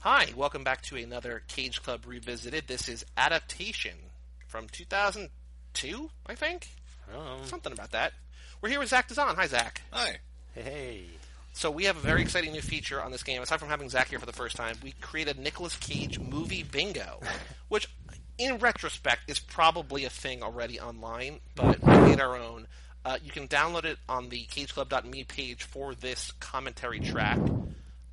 Hi, welcome back to another Cage Club Revisited. This is Adaptation from 2002, I think? Something about that. We're here with Zach Dazan. Hi, Zach. Hi. Hey. So we have a very exciting new feature on this game. Aside from having Zach here for the first time, we created Nicolas Cage movie bingo, which, in retrospect, is probably a thing already online, but we made our own. Uh, you can download it on the CageClub.me page for this commentary track.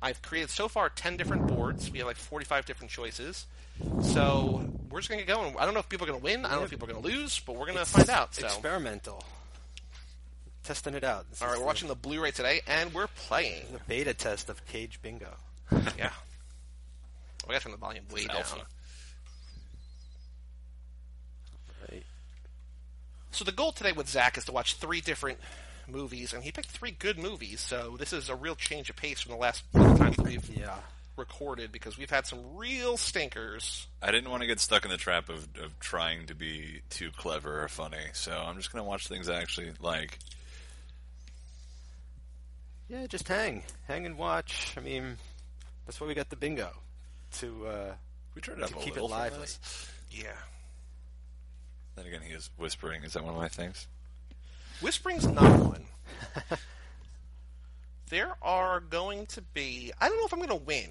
I've created so far ten different boards. We have like forty-five different choices. So we're just gonna get going. I don't know if people are gonna win. I don't know if people are gonna lose, but we're gonna find out. So. Experimental. Testing it out. This All is right, we're the- watching the Blu-ray today, and we're playing. the beta test of Cage Bingo. Yeah. We got to turn the volume way down. alpha. Right. So the goal today with Zach is to watch three different movies, and he picked three good movies. So this is a real change of pace from the last couple times we've Yeah. recorded because we've had some real stinkers. I didn't want to get stuck in the trap of, of trying to be too clever or funny, so I'm just going to watch things I actually like. Yeah, just hang. Hang and watch. I mean, that's why we got the bingo. To, uh, We turned it up To a keep it little for lively. this. Yeah. Then again, he is whispering. Is that one of my things? Whispering's not one. there are going to be. I don't know if I'm going to win.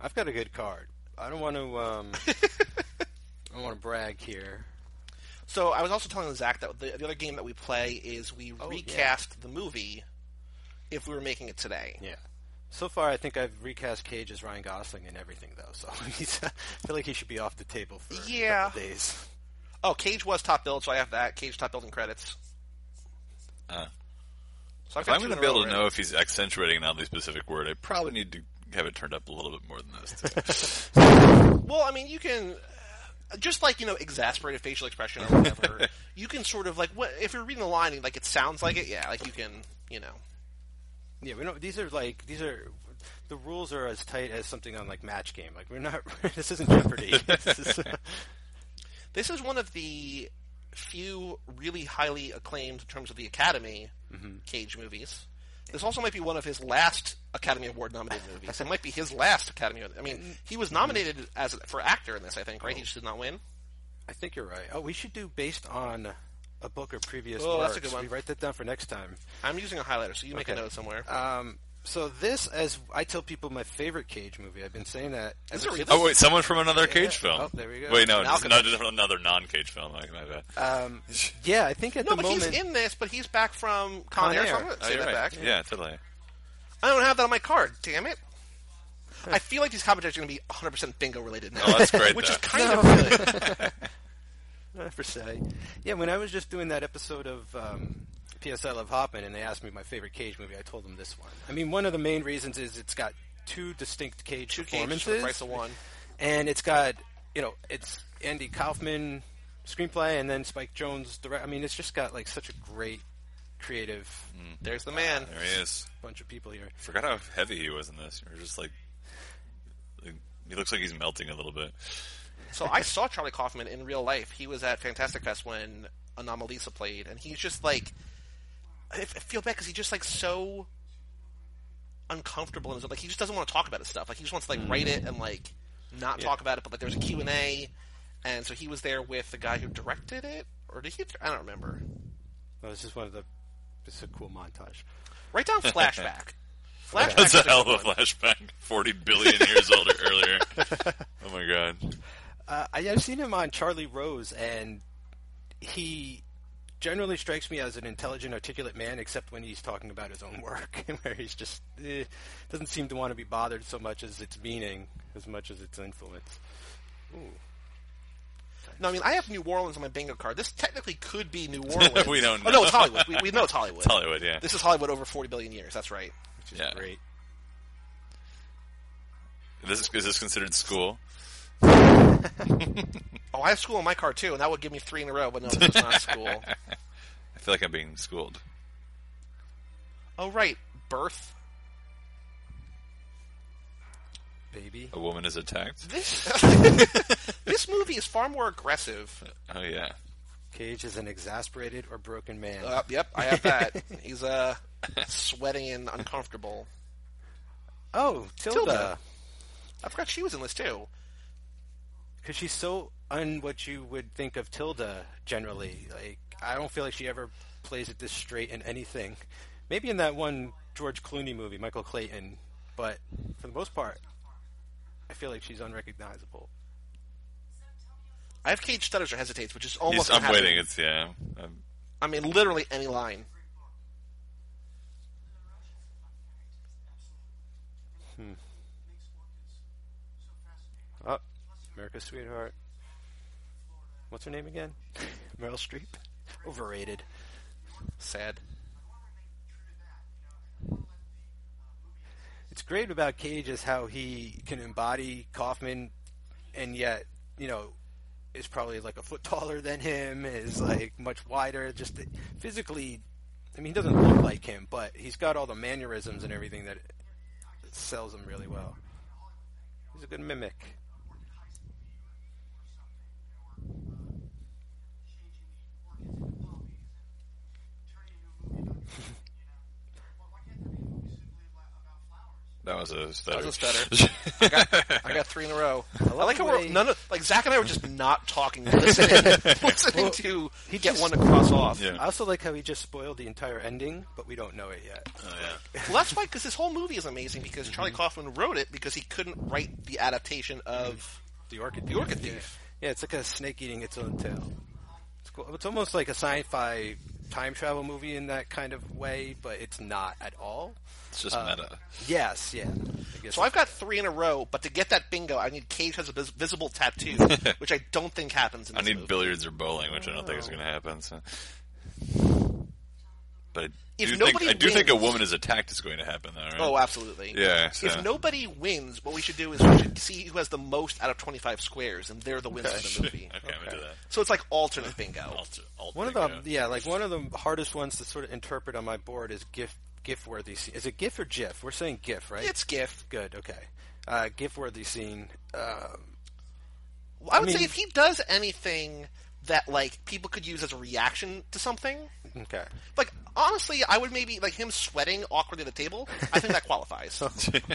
I've got a good card. I don't want to, um, I don't want to brag here. So I was also telling Zach that the, the other game that we play is we yeah. recast the movie if we were making it today. Yeah. So far, I think I've recast Cage as Ryan Gosling and everything, though. So he's, I feel like he should be off the table for Yeah. a couple days. Oh, Cage was top billed, so I have that. Cage top building credits. Uh, So I've if got I'm two going to in be a able row to know if he's accentuating an oddly specific word, I probably need to have it turned up a little bit more than this. too. already. Well, I mean, you can uh, just like you know, exasperated facial expression or whatever. you can sort of like what if you're reading the line and like it sounds like it. Yeah, like you can you know. Yeah, we don't. These are like these are the rules are as tight as something on like Match Game. Like we're not. this isn't Jeopardy. this is, This is one of the few really highly acclaimed in terms of the Academy Mm-hmm. Cage movies. This also might be one of his last Academy Award nominated movies. It might be his last Academy. I mean, he was nominated as for actor in this, I think, right? He just did not win. I think you're right. Oh, we should do based on a book or previous Oh, works. that's a good one. We write that down for next time. I'm using a highlighter, so you make a Okay. note somewhere. Uh, Um, so this, as I tell people, my favorite Cage movie. I've been saying that. Is ever it since- really? oh, wait, someone from another Cage film. Oh, there we go. Wait, no, An it's alchemist. not just another non-Cage film. Like, my bad. Um, yeah, I think at no, the but moment. he's in this, but he's back from Con, Con Air, so Air. I'm going to Oh, say you're that right. back. Yeah, totally. I don't have that on my card. Damn it. I feel like these commentaries are going to be 100% bingo related now. Oh, that's great, Which though. is kind of good. Not per se. Yeah, when I was just doing that episode of um, PS I Love Hoffman and they asked me my favorite Cage movie, I told them this one. I mean, one of the main reasons is it's got two distinct Cage Two cages performances, for the price of one. and it's got you know it's Andy Kaufman screenplay and then Spike Jones direct. I mean, it's just got like such a great creative There's the man. There he is. bunch of people here. Forgot how heavy he was in this. You're just like, like, he looks like he's melting a little bit. So I saw Charlie Kaufman in real life. He was at Fantastic Fest when Anomalisa played, and he's just like, I f- I feel bad because he's just like so uncomfortable in his like he just doesn't want to talk about his stuff. Like he just wants to like write it and like not talk about it. But like there was a Q and A, and so he was there with the guy who directed it, or did he? I don't remember. Oh, this is one of the. This is a cool montage. Write down flashback. flashback. is That's a good hell of a one. flashback. Forty billion years older earlier. Oh my god. Uh, I, I've seen him on Charlie Rose, and he generally strikes me as an intelligent, articulate man, except when he's talking about his own work, where he's just eh, doesn't seem to want to be bothered so much as its meaning, as much as its influence. No, I mean I have New Orleans on my bingo card. This technically could be New Orleans. We don't Oh no, know. it's Hollywood. We, we know it's Hollywood. It's Hollywood, yeah. This is Hollywood over 40 billion years. That's right. Which is Yeah. great. This is, is this considered school? Oh, I have school on my card too, and that would give me three in a row. But no, it's not school. I feel like I'm being schooled. Oh, right, birth. Baby. A woman is attacked. This this movie is far more aggressive. Oh yeah. Cage is an exasperated or broken man. Uh, yep, I have that. He's uh sweating and uncomfortable. oh, Tilda. Tilda. I forgot she was in this too. because she's so un what you would think of Tilda generally. Like I don't feel like she ever plays it this straight in anything. Maybe in that one George Clooney movie, Michael Clayton, but for the most part, I feel like she's unrecognizable. I have Cage stutters or hesitates, which is almost. He's- I'm unhappening. waiting. It's yeah. Um, I'm, I mean, literally any line. Oh, America's sweetheart. What's her name again? Meryl Streep. Overrated. Sad. It's great about Cage is how he can embody Kaufman, and yet you know is probably like a foot taller than him. Is like much wider. Just the- physically, I mean, he doesn't look like him, but he's got all the mannerisms and everything that that sells him really well. He's a good mimic. that was a stutter. That was a stutter. I got, I got three in a row. I, like how we're way- none of like Zach and I were just not talking, listening, listening to he get just- one across off. Yeah. I also like how he just spoiled the entire ending, but we don't know it yet. Oh, yeah. Well, that's why because this whole movie is amazing because Charlie Kaufman wrote it because he couldn't write the adaptation of The Orchid The Thief. Orchid Thief. Yeah, it's like a snake eating its own tail. It's cool. It's almost like a sci-fi time travel movie in that kind of way, but it's not at all. It's just Uh, meta. Yes, yeah. I guess So I've got three in a row, but to get that bingo, I need Cage has a vis- visible tattoo, which I don't think happens in I this need movie. billiards or bowling, which I don't think is Oh. going to happen. So. But I If do, think, nobody I do think a wins- woman is attacked is going to happen, though, right? Oh, absolutely. Yeah, so- If nobody wins, what we should do is we should see who has the most out of 25 squares, and they're the winners of the okay, movie. I'm into that. So it's like alternate bingo. I'll, t- I'll one of think, the uh, yeah, like one of the hardest ones to sort of interpret on my board is GIF GIF worthy. scene. Is it GIF or GIF? We're saying GIF, right? It's GIF. good. Okay. Uh, GIF worthy scene. Um, Well, I would mean- say if he does anything that like people could use as a reaction to something, okay. like honestly, I would maybe like him sweating awkwardly at the table. I think that qualifies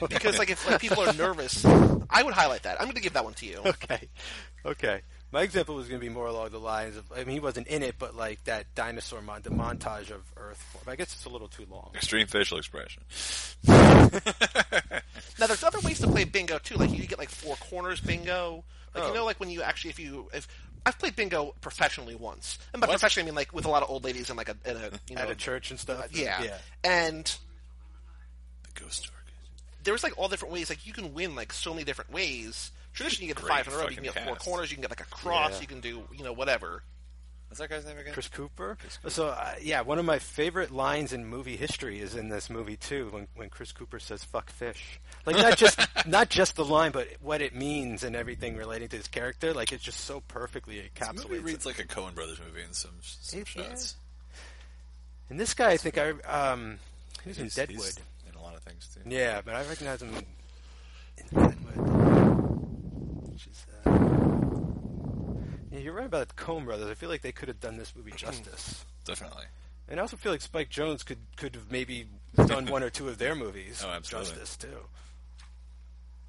because like if like, people are nervous, I would highlight that. I'm going to give that one to you. okay, okay. My example was going to be more along the lines of I mean, he wasn't in it, but like that dinosaur mon- the montage of Earth. Form. I guess it's a little too long. Extreme facial expression. Now there's other ways to play bingo too. Like you could get like four corners bingo. Like Oh. you know, like when you actually if you if I've played bingo professionally once, and by professionally I mean like with a lot of old ladies in like a, in a you know At a church and stuff. Yeah. yeah. and The ghost orchid. there's like all different ways. Like you can win like so many different ways. Traditionally, you get the Great five in a row. You can fucking get four cast. corners. You can get like a cross. Yeah. You can do you know whatever. What's that guy's name again? Chris Cooper. So uh, yeah, one of my favorite lines in movie history is in this movie too, when when Chris Cooper says "fuck fish." Like not just not just the line, but what it means and everything relating to his character. Like it's just so perfectly This movie encapsulates. it. reads like a Coen Brothers movie in some, some It- yeah. shots. And this guy, I think I um, he was in He's- Deadwood. he's in a lot of things too. Yeah, but I recognize him in Deadwood. Which is, uh... Yeah, you're right about the Coen brothers. I feel like they could have done this movie justice. Definitely. And I also feel like Spike Jones could could have maybe done one or two of their movies Oh, absolutely. justice too.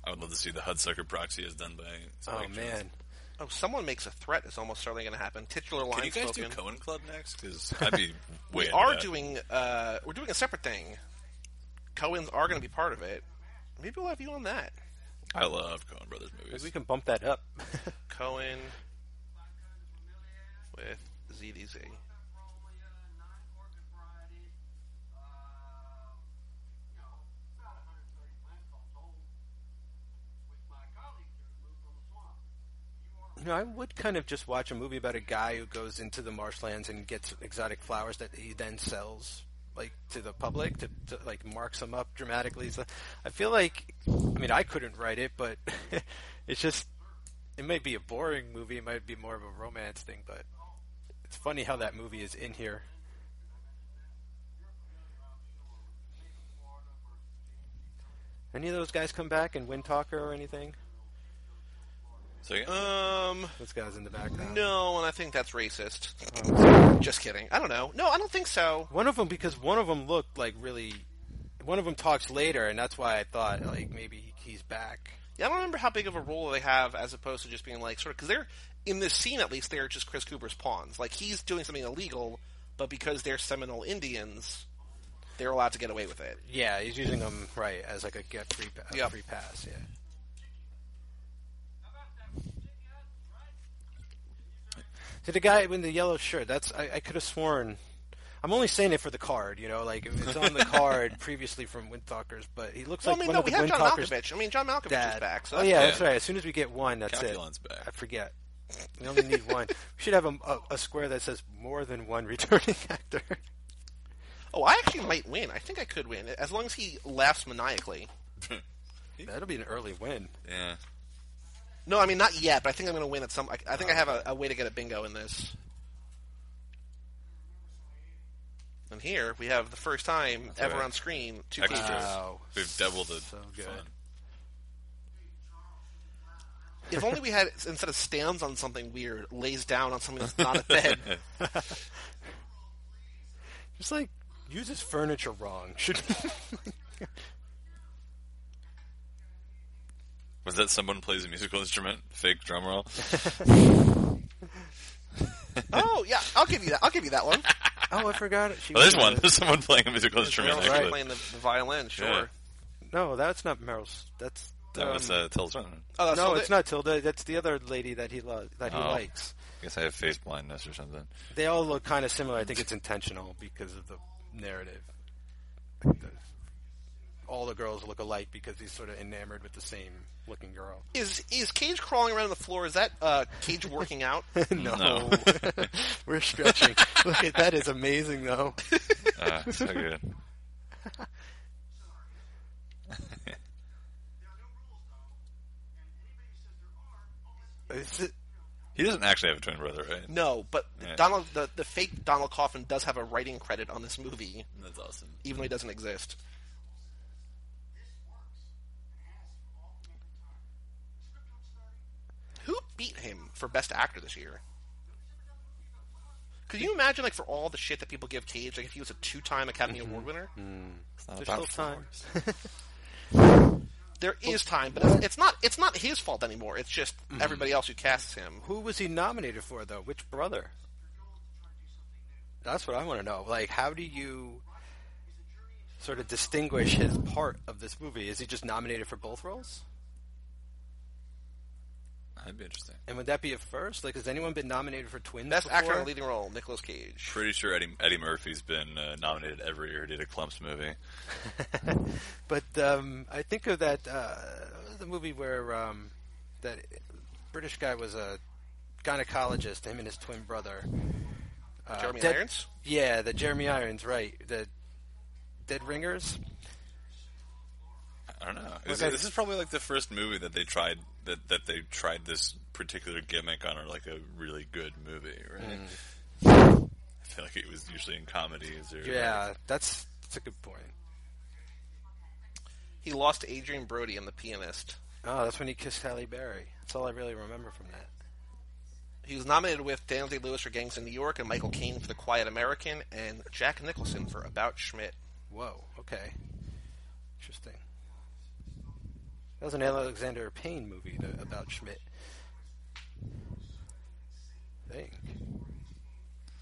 I would love to see the Hudsucker Proxy as done by. Oh Spike Jonze. man. Oh, someone makes a threat. It's almost certainly going to happen. Titular line Can you guys spoken. do Cohen Club next? Because I'd be way. we into are that. doing. Uh, we're doing a separate thing. Cohen's are going to be part of it. Maybe we'll have you on that. I love Cohen Brothers movies. Maybe we can bump that up. Cohen with ZDZ. you know, I would kind of just watch a movie about a guy who goes into the marshlands and gets exotic flowers that he then sells like to the public to, to like marks them up dramatically. So I feel like I mean I couldn't write it, but it's just it might be a boring movie, it might be more of a romance thing, but it's funny how that movie is in here. Any of those guys come back and win talker or anything? So yeah, Uh, Um, Those guys in the background. no, and I think that's racist. Just kidding. I don't know. No, I don't think so. One of them because one of them looked like really. One of them talks later, and that's why I thought like maybe he's back. Yeah, I don't remember how big of a role they have as opposed to just being like sort of because they're in this scene at least they're just Chris Cooper's pawns. Like he's doing something illegal, but because they're Seminole Indians, they're allowed to get away with it. Yeah, he's using them right as like a get free pa- a Yeah. free pass. Yeah. See the guy in the yellow shirt. That's I, I could have sworn. I'm only saying it for the card, you know. Like if it's on the card previously from Windtalkers, but he looks Well, like I mean, one no, of we the have John Windtalkers' Malkovich. I mean, John Malkovich is dad. back. So oh that's- yeah, Yeah. that's right. As soon as we get one, that's Calculon's it. back. I forget. We only need one. We should have a, a, a square that says more than one returning actor. Oh, I actually might win. I think I could win as long as he laughs maniacally. That'll be an early win. Yeah. No, I mean not yet, but I think I'm going to win at some. I, I think I have a, a way to get a bingo in this. And here we have the first time ever right. on screen two Extras. pages. Wow. We've doubled the So good. fun. If only we had instead of stands on something weird, lays down on something that's not a bed. Just like uses furniture wrong. Should Was that someone plays a musical instrument? Fake drum roll? oh yeah, I'll give you that. I'll give you that one. oh, I forgot. it. She Oh, there's was- one. There's someone playing a musical Meryl instrument, Streep actually. playing the, the violin, sure. Yeah. No, that's not Meryl's. That's That um, was uh, Tilda. Oh, that's no, all it's the- not Tilda. That's the other lady that he loves. That he Oh. likes. I guess I have face blindness or something. They all look kind of similar. I think it's intentional because of the narrative. All the girls look alike because he's sort of enamored with the same looking girl. Is is Cage crawling around on the floor? Is that uh, Cage working out? no, No. we're stretching. look at that is amazing though. Ah, so good. Is it- He doesn't actually have a twin brother, right? no, but Yeah. Donald, the, the fake Donald Coffin does have a writing credit on this movie, That's awesome. even though he doesn't exist. Who beat him for Best Actor this year? Could you imagine, like, for all the shit that people give Cage, like, if he was a two-time Academy Award winner? It's not There's about still time. force. There is time, but it's, it's not. It's not his fault anymore. It's just everybody else who casts him. Who was he nominated for though? Which brother? That's what I want to know. Like, how do you sort of distinguish his part of this movie? Is he just nominated for both roles? That'd be interesting. And would that be a first? Like, has anyone been nominated for twins? Best before? actor in a leading role, Nicolas Cage. Pretty sure Eddie, Eddie Murphy's been uh, nominated every year. He did a Clumps movie. But um, I think of that uh, the movie where um, that British guy was a gynecologist. Him and his twin brother. Uh, Jeremy Dead- Irons. Yeah, the Jeremy Irons, right? The Dead Ringers. I don't know. Is Okay. it- this is probably like the first movie that they tried that, that they tried this particular gimmick on, or like a really good movie, right? I feel like it was usually in comedies or Yeah, that's that's a good point. He lost to Adrian Brody in The Pianist. Oh, that's when he kissed Halle Berry. That's all I really remember from that. He was nominated with Daniel Day Lewis for Gangs in New York and Michael Caine for The Quiet American and Jack Nicholson for About Schmidt. Whoa. Okay. Interesting. That was an Alexander Payne movie to, about Schmidt. I think.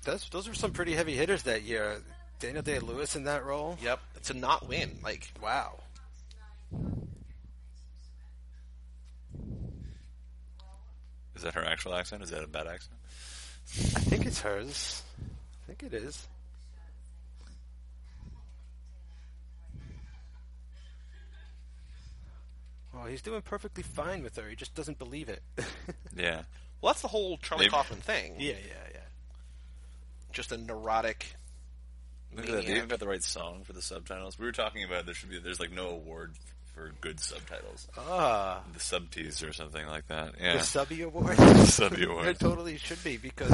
That's, those were some pretty heavy hitters that year. Daniel Day Lewis in that role. Yep, to not win. Like, Wow. Is that her actual accent? Is that a bad accent? I think it's hers. I think it is. Oh, he's doing perfectly fine with her. He just doesn't believe it. Yeah. well, that's the whole Charlie Maybe- Kaufman thing. yeah, yeah. Just a neurotic. Look at that. They Maniac. even got the right song for the subtitles. We were talking about there should be there's like no award for good subtitles. Ah, The subtees or something like that. Yeah. the Subby Awards. Subby There award totally should be because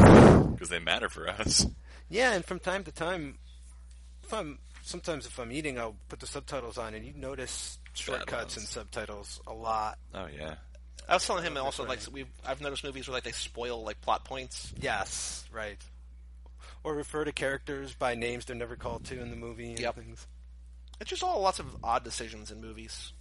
because they matter for us. yeah, and from time to time, if I'm sometimes if I'm eating, I'll put the subtitles on, and you notice ones. shortcuts and subtitles a lot. Oh yeah. I was telling him also like we I've noticed movies where like they spoil like plot points. Yes, right. Or refer to characters by names they're never called to in the movie and Yep. things. It's just all lots of odd decisions in movies.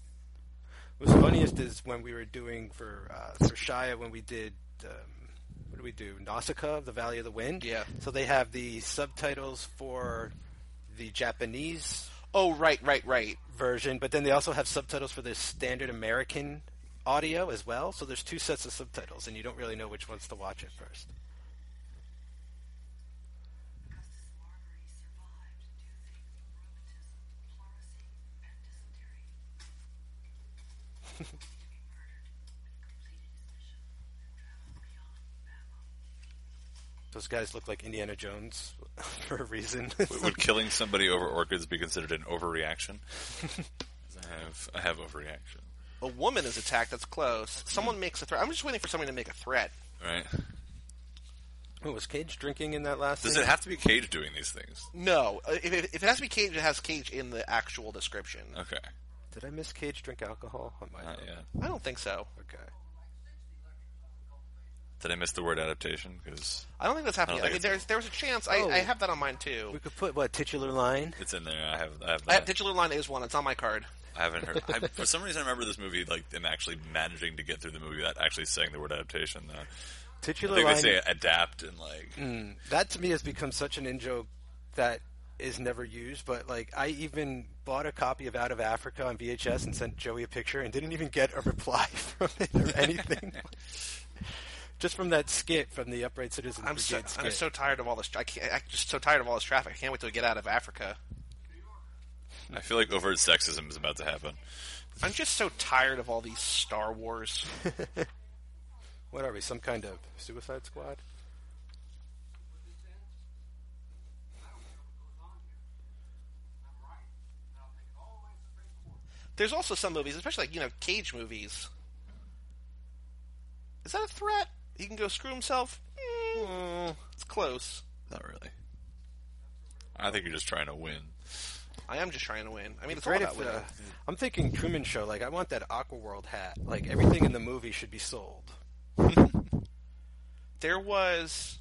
was funniest is when we were doing for uh, for Shia when we did um, what do we do Nausicaa of the Valley of the Wind. Yeah. So they have the subtitles for the Japanese Oh, right, right, right. version, but then they also have subtitles for the standard American audio as well. So there's two sets of subtitles, and you don't really know which ones to watch at first. Augustus Marbury survived due to rheumatism, pleurisy, and dysentery. He was murdered when he completed his mission and traveled beyond Babel. Those guys look like Indiana Jones for a reason. Would, would killing somebody over orchids be considered an overreaction? 'Cause I have I have overreaction. A woman is attacked. That's close. Someone makes a threat. I'm just waiting for someone to make a threat. Right? oh, was Cage drinking in that last? Does scene? it have to be Cage doing these things? No, Uh, if, if if it has to be Cage, it has Cage in the actual description. Okay, Did I miss Cage drink alcohol? I might not have. yet. I don't think so. Okay. Did I miss the word adaptation? Because I don't think that's happening. I, I don't mean, think there's there's a chance. I, Oh. I have that on mine too. We could put what titular line. it's in there. I have I have I that. have digital line is one. It's on my card. I haven't heard. I, for some reason, I remember this movie like them actually managing to get through the movie without actually saying the word adaptation. Though I Titular think they line. say adapt and like That to me has become such an in joke that is never used. But like, I even bought a copy of Out of Africa on VHS and sent Joey a picture and didn't even get a reply from it or anything. Just from that skit from the Upright Citizens I'm so Brigade skit. I'm so tired of all this. I can't. I'm just so tired of all this traffic. I can't wait to get out of Africa. I feel like overt sexism is about to happen. I'm just so tired of all these Star Wars. What are we? Some kind of Suicide Squad? There's also some movies, especially like you know Cage movies. Is that a threat? He can go screw himself. Mm, it's close. Not really. I think you're just trying to win. I am just trying to win. I mean, it's all Right about if, winning. uh, I'm thinking Truman Show. Like, I want that Aquaworld hat. Like, everything in the movie should be sold. there was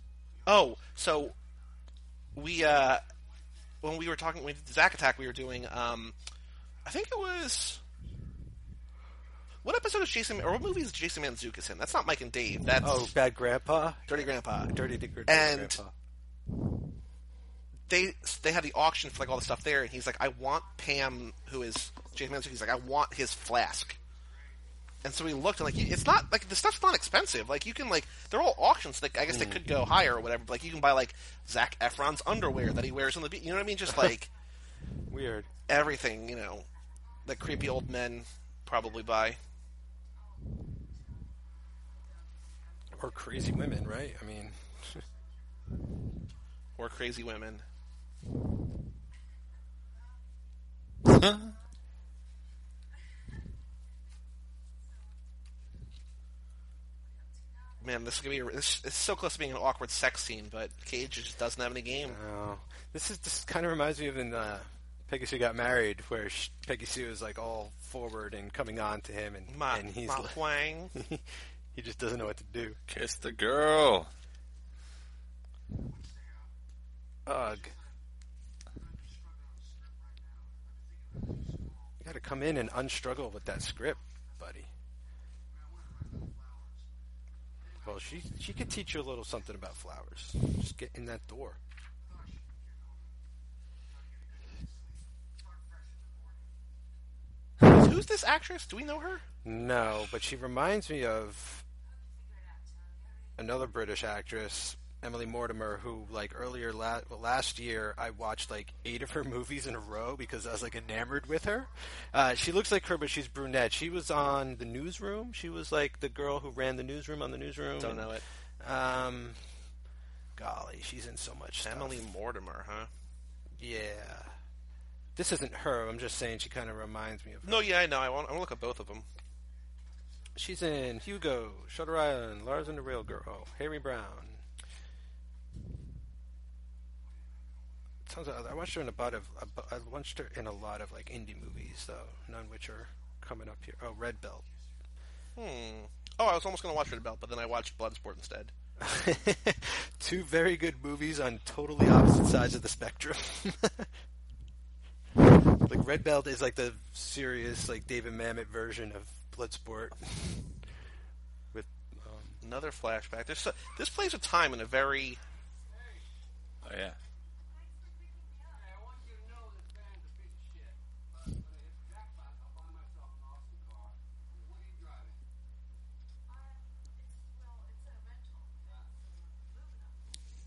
oh so we uh when we were talking when we did Zack Attack we were doing um I think it was what episode is Jason or what movie is Jason Manzukis in? That's not Mike and Dave. That's Oh, bad grandpa, Dirty Grandpa. dirty, dirty, dirty And- grandpa. They they had the auction for like all the stuff there, and he's like, I want Pam, who is Jason Manzukis. He's like, I want his flask. And so we looked, and like it's not like the stuff's not expensive. Like you can like they're all auctions. Like I guess they could go higher or whatever. But, like you can buy like Zach Efron's underwear that he wears on the beach. You know what I mean? Just like Weird. everything, you know, that creepy old men probably buy. Or crazy women, right? I mean, Or crazy women. Man, this is gonna be a, this, it's so close to being an awkward sex scene, but Cage just doesn't have any game. oh, this is this kind of reminds me of in uh, Peggy Sue Got Married, where she, Peggy Sue is like all forward and coming on to him, and Ma, and he's ma like, Huang. he just doesn't know what to do. Kiss the girl. Ugh. You got to come in and unstruggle with that script, buddy. Well, she she could teach you a little something about flowers. Just get in that door. Who's this actress? Do we know her? No, but she reminds me of another British actress, Emily Mortimer, who like earlier la- well, last year I watched like eight of her movies in a row because I was like enamored with her. Uh, she looks like her, but she's brunette. She was on the Newsroom. She was like the girl who ran the newsroom on the Newsroom. Don't know it. Um, golly, she's in so much. Stuff. Emily Mortimer, huh? Yeah. This isn't her. I'm just saying she kind of reminds me of her. No, yeah, I know. I want, I want to look at both of them. She's in Hugo, Shutter Island, Lars and the Rail Girl, Harry Brown. Sounds like, I watched her in a lot of I watched her in a lot of like indie movies though, none which are coming up here. Oh, Red Belt. Hmm. Oh, I was almost going to watch Red Belt, but then I watched Bloodsport instead. Two very good movies on totally opposite sides of the spectrum. like Red Belt is like the serious like David Mamet version of Bloodsport. With um, Another flashback. There's so, this plays with time in a very Oh yeah.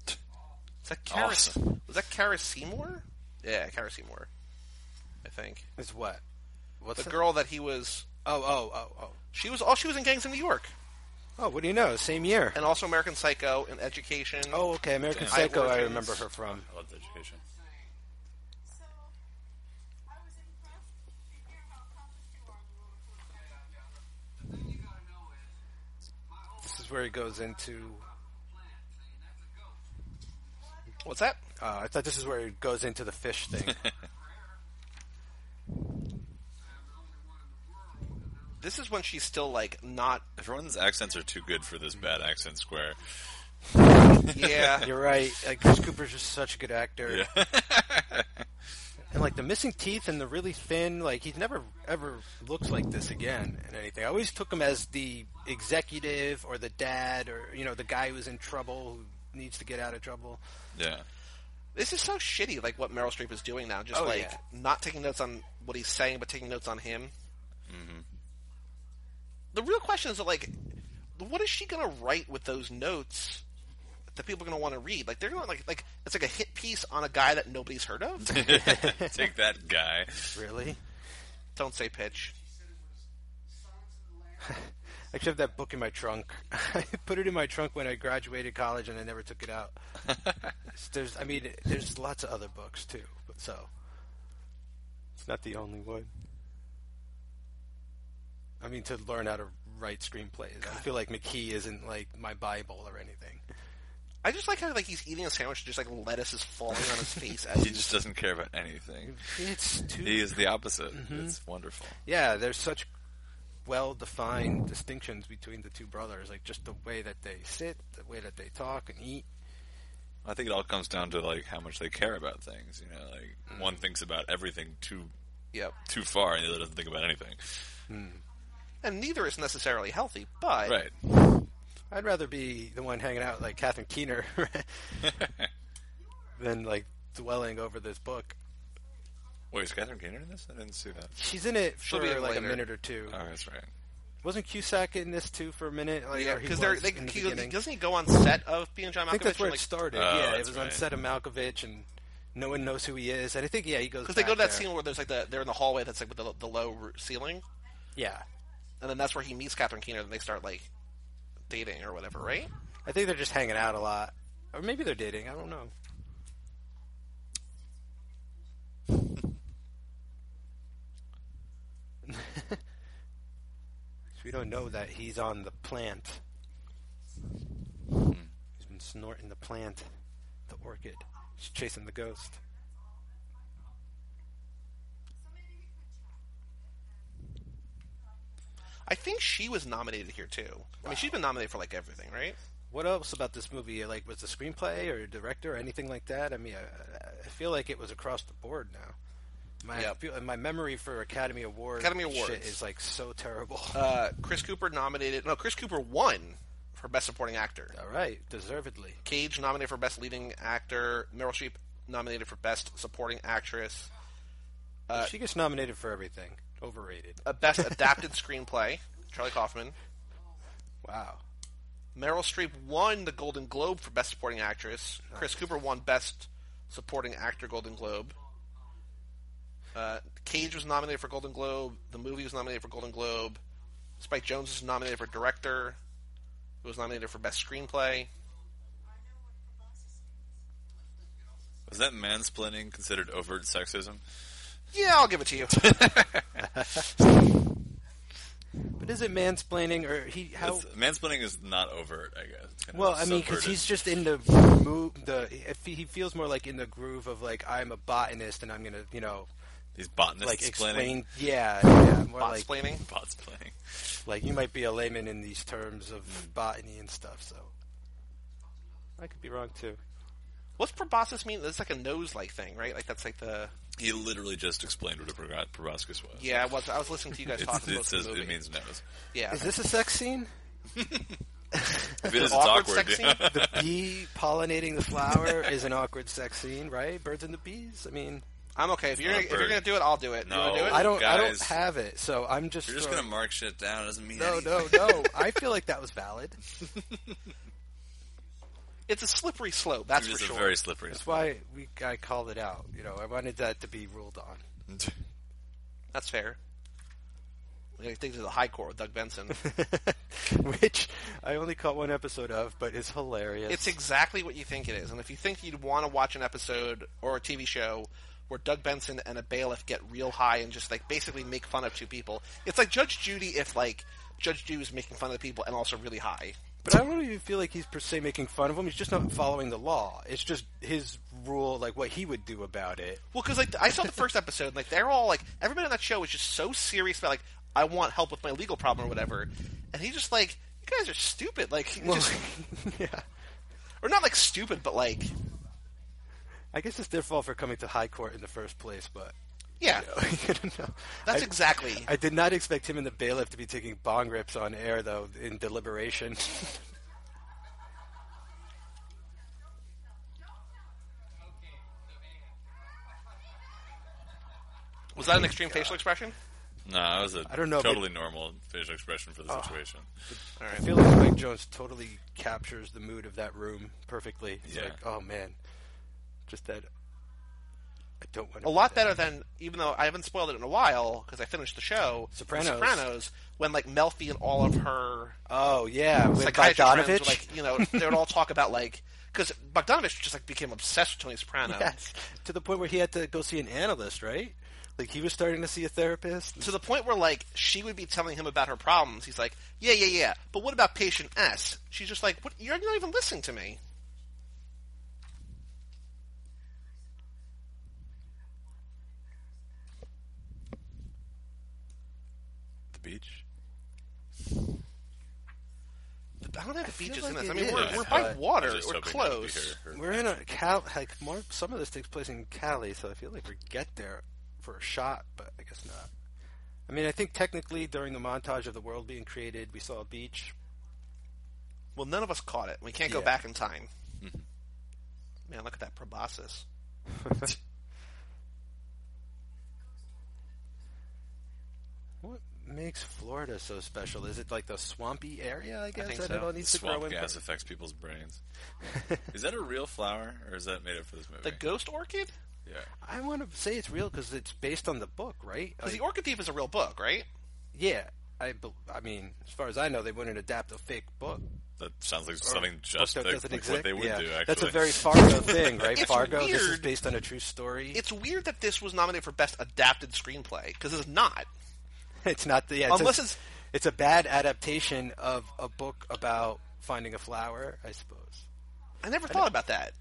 is that Kara, Awesome. was that Kara Seymour? Yeah, Kara Seymour. I think is what? What's the that? girl that he was. Oh, oh, oh, oh. She was all she was in Gangs of New York, Oh, what do you know? Same year. and also American Psycho and Education. Oh, okay. American Damn. Psycho. I Orphans. remember her from. I love the education. So, I was impressed to hear how confident you are in the roller coaster. This is where he goes into. What's that? Uh, I thought this is where he goes into the fish thing. This is when she's still like not. Everyone's accents are too good for this bad accent square. Yeah, You're right. Like Chris Cooper's just such a good actor. Yeah. And like the missing teeth and the really thin, like he's never ever looked like this again in anything. I always took him as the executive or the dad or you know the guy who's in trouble who needs to get out of trouble. yeah. this is so shitty. Like what Meryl Streep is doing now, just Oh, like yeah. not taking notes on what he's saying, but taking notes on him. Mm-hmm. The real question is like, what is she gonna write with those notes that people are gonna want to read? Like they're gonna like like it's like a hit piece on a guy that nobody's heard of. Take that guy. Really? Don't say pitch. I should have that book in my trunk. I put it in my trunk when I graduated college, and I never took it out. there's, I mean, there's lots of other books too, but so it's not the only one. I mean, to learn how to write screenplays, I feel like McKee isn't like my bible or anything. I just like how like he's eating a sandwich, and just like lettuce is falling on his face. As He he's- just doesn't care about anything. It's too. He is the opposite. It's wonderful. yeah, there's such well-defined distinctions between the two brothers, like just the way that they sit, the way that they talk and eat. I think it all comes down to like how much they care about things. You know, like one thinks about everything too yep. too far, and the other doesn't think about anything. And neither is necessarily healthy, but Right. I'd rather be the one hanging out like Catherine Keener than like dwelling over this book. Wait, is Catherine Keener in this? I didn't see that. She's in it She'll for be in like later. a minute or two. Oh, that's right. Wasn't Cusack in this too for a minute? Like, yeah, because because they're they, they, in the he- beginning. doesn't he go on set of being John I think Malkovich? that's where and, it started. Oh, yeah, it that's was on right. set of Malkovich, and no one knows who he is. And I think yeah, he goes Because they go to that back there. scene where there's like the they're in the hallway that's like with the, the low roo- ceiling, Yeah, and then that's where he meets Catherine Keener, and they start like dating or whatever, right? I think they're just hanging out a lot, or maybe they're dating. I don't know. we don't know that he's on the plant. He's been snorting the plant, the orchid. He's chasing the ghost. I think she was nominated here too. I mean, she's been nominated for like everything, right? What else about this movie? Like, was the screenplay or director or anything like that? I mean, I, I feel like it was across the board now. My Yep. feel- my memory for Academy Award Academy shit Awards. is like so terrible. Uh, Chris Cooper nominated. No, Chris Cooper won for best supporting actor. All right, deservedly. Cage nominated for Best Leading Actor. Meryl Streep nominated for Best Supporting Actress. she gets nominated for everything. Overrated. Uh, Best Adapted Screenplay. Charlie Kaufman. Wow. Meryl Streep won the Golden Globe for Best Supporting Actress. Chris Cooper won Best Supporting Actor Golden Globe. Uh, Cage was nominated for Golden Globe. The movie was nominated for Golden Globe. Spike Jones was nominated for Director. It was nominated for Best Screenplay. Was that mansplaining considered overt sexism? Yeah, I'll give it to you. But is it mansplaining or he? How? It's- mansplaining is not overt, I guess. It's kind of Well, I mean, because subverted. he's just in the move. The if he he feels more like in the groove of like I'm a botanist and I'm gonna you know he's botanist like explaining. explain. Yeah, yeah more like Botsplaining. Bots playing. like you might be a layman in these terms of botany and stuff. So I could be wrong too. What's proboscis mean? It's like a nose-like thing, right? Like that's like the He literally just explained what a probos- proboscis was. yeah. What I was listening to you guys It's, talk it's, about the just- movie. it means nose. yeah, Is this a sex scene? If it is, it's awkward awkward. sex yeah. scene? The bee pollinating the flower is an awkward sex scene, right? Birds and the bees. I mean, I'm okay. If you're Not a gonna, if you're bird. gonna do it, I'll do it. You wanna No. do it? I don't. I don't Oh, Guys. have it, so I'm just. You're just throwing- gonna mark shit down. It doesn't mean No, anything. no, no. I feel like that was valid. It's a slippery slope. It That's for is a sure. very slippery. That's why we I called it out. You know, I wanted that to be ruled on. slope. That's fair. I think to the high court with Doug Benson. which I only caught one episode of, but it's hilarious. it's exactly what you think it is. And if you think you'd want to watch an episode or a TV show where Doug Benson and a bailiff get real high and just like basically make fun of two people, it's like Judge Judy if like Judge Judy was making fun of the people and also really high. but I don't even feel like he's per se making fun of him. He's just not following the law. It's just his rule, like what he would do about it. Well, because like I saw the first episode, and, like they're all like everybody on that show is just so serious about like I want help with my legal problem or whatever, and he's just like you guys are stupid, like you just yeah, or not like stupid, but like I guess it's their fault for coming to high court in the first place. But yeah, I don't know. that's I- exactly. I did not expect him and the bailiff to be taking bong rips on air, though, in deliberation. was that an extreme facial expression? no, that was a I don't know, but- totally normal facial expression for the situation. All I right. feel like Mike Jones totally captures the mood of that room perfectly. It's Yeah. like, oh man, just that. I don't want a lot better than even though I haven't spoiled it in a while because I finished the show. the Sopranos. Sopranos, when like Melfi and all of her Oh yeah, with psychiatrist friends would, Bogdanovich. like you know, they would all talk about like because Bogdanovich just like became obsessed with Tony Soprano yes, to the point where he had to go see an analyst, right? Like he was starting to see a therapist. to the point where like she would be telling him about her problems. He's like, yeah, yeah, yeah, but what about patient S? She's just like, what? You're not even listening to me. The beach. I don't know if the feel beach is like in this. it I mean, we're, is, we're by but- I water. was Uh, just We're hoping that would be close. her- her- We're in a Cal. Like more, some of this takes place in Cali, so I feel like we get there for a shot, but I guess not. I mean, I think technically during the montage of the world being created, we saw a beach. Well, none of us caught it. We can't go Yeah. back in time. Mm-hmm. Man, look at that proboscis. What makes Florida so special? Is it like the swampy area? I guess think that so. it all needs to grow Swamp in. gas affects people's brains. is that a real flower, or is that made up for this movie? The ghost orchid? yeah, I want to say it's real because it's based on the book, right? Because Like, the Orchid Thief is a real book, right? yeah, I, bel- I mean, as far as I know, they wouldn't adapt a fake book. that sounds like something just that like, doesn't like exist. what they would yeah. do. Actually, That's a very Fargo thing, right? It's Fargo. This is weird. based on a true story. It's weird that this was nominated for Best Adapted Screenplay, because it's not. It's not the yeah, it's Unless a, it's- it's a bad adaptation of a book about finding a flower, I suppose. I never thought about that.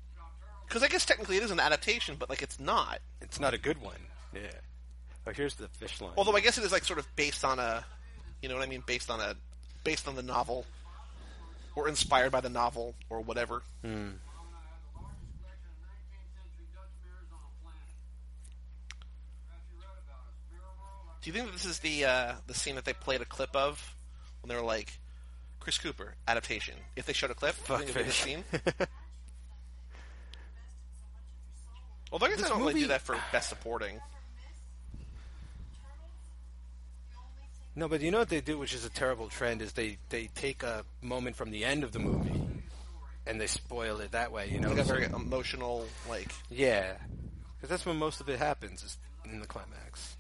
Because I guess technically it is an adaptation, but, like, it's not. It's not a good one. Yeah. Oh, here's the fish line. Although I guess it is, like, sort of based on a... You know what I mean? Based on a... Based on the novel. Or inspired by the novel, or whatever. Hmm. Do you think that this is the uh, the scene that they played a clip of when they were like Chris Cooper adaptation? If they showed a clip, do you think it would be this scene. Although I guess This I don't really movie- do that for best supporting. no, but you know what they do, which is a terrible trend, is they they take a moment from the end of the movie and they spoil it that way. You know, Like a So- very emotional, like yeah, because that's when most of it happens is in the climax.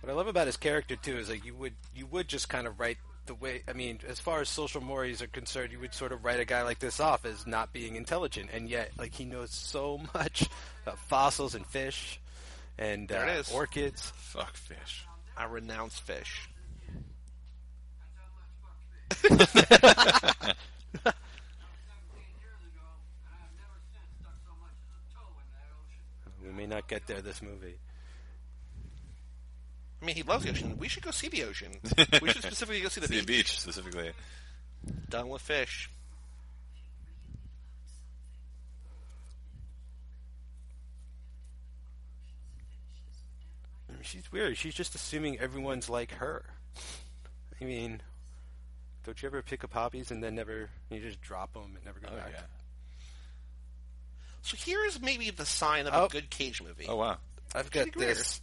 What I love about his character too is like you would you would just kind of write the way I mean, as far as social mores are concerned, you would sort of write a guy like this off as not being intelligent, and yet like he knows so much about fossils and fish and There it uh, is. orchids. fuck fish. I renounce fish. We may not get there this movie. I mean, he loves the ocean. We should go see the ocean. we should specifically go see the The beach. beach specifically. Done with fish. She's weird. She's just assuming everyone's like her. I mean, don't you ever pick up hobbies and then never you just drop them and never go Oh back? yeah. So here's maybe the sign of Oh. a good cage movie. Oh wow. I've got Pretty weird. this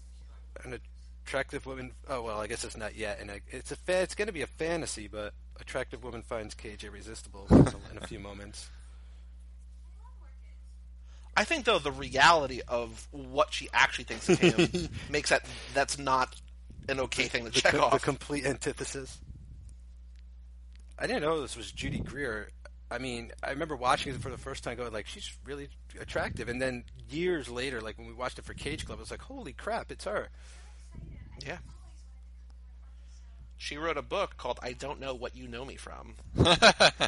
an attractive woman. Oh well, I guess it's not yet, and I- it's a fa- it's going to be a fantasy, but attractive woman finds Cage irresistible in a few moments. I think though the reality of what she actually thinks of him makes that that's not an okay thing to The, check co- the off. complete antithesis. I didn't know this was Judy Greer. I mean, I remember watching it for the first time, going like, "She's really attractive," and then years later, like when we watched it for Cage Club, I was like, "Holy crap, it's her!" yeah. She wrote a book called "I Don't Know What You Know Me From."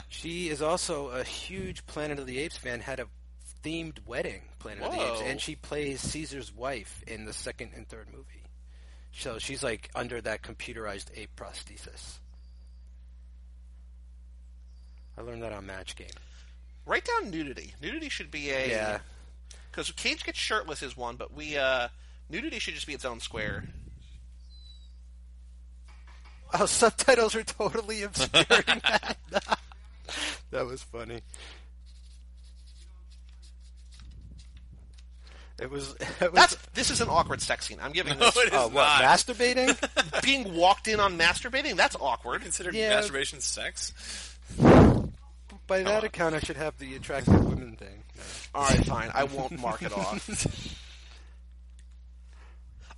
She is also a huge Planet of the Apes fan. Had a themed wedding, Planet of the Apes, Whoa. and she plays Caesar's wife in the second and third movie. So she's like under that computerized ape prosthesis. I learned that on Match Game. Write down nudity. Nudity should be a Yeah, Because Cage gets shirtless is one, but we uh nudity should just be its own square. Oh, subtitles are totally obscuring that. that was funny. It was. It was That's this is an awkward sex scene. I'm giving this it is oh, what, not. masturbating? being walked in on masturbating. That's awkward. Consider Yeah. masturbation sex. By that account, I should have the attractive women thing. All right, fine. I won't mark it off.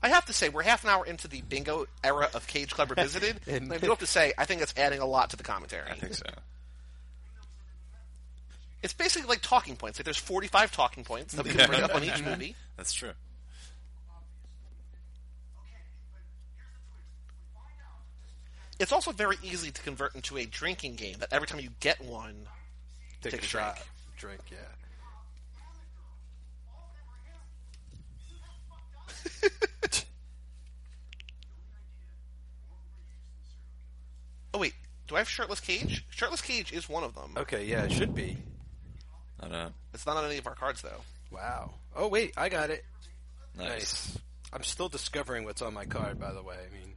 I have to say, we're half an hour into the bingo era of Cage Club Revisited, and I do have to say, I think that's adding a lot to the commentary. I think so. It's basically like talking points. Like there's 45 talking points that we can bring up on each movie. That's true. It's also very easy to convert into a drinking game. That every time you get one, Take, a a shot. Drink, yeah. oh wait, do I have shirtless Cage? Shirtless Cage is one of them. Oh. Okay, yeah, it should be. I don't know. It's not on any of our cards though. Wow. Oh, wait, I got it. Nice. Nice. I'm still discovering what's on my card, by the way. I mean,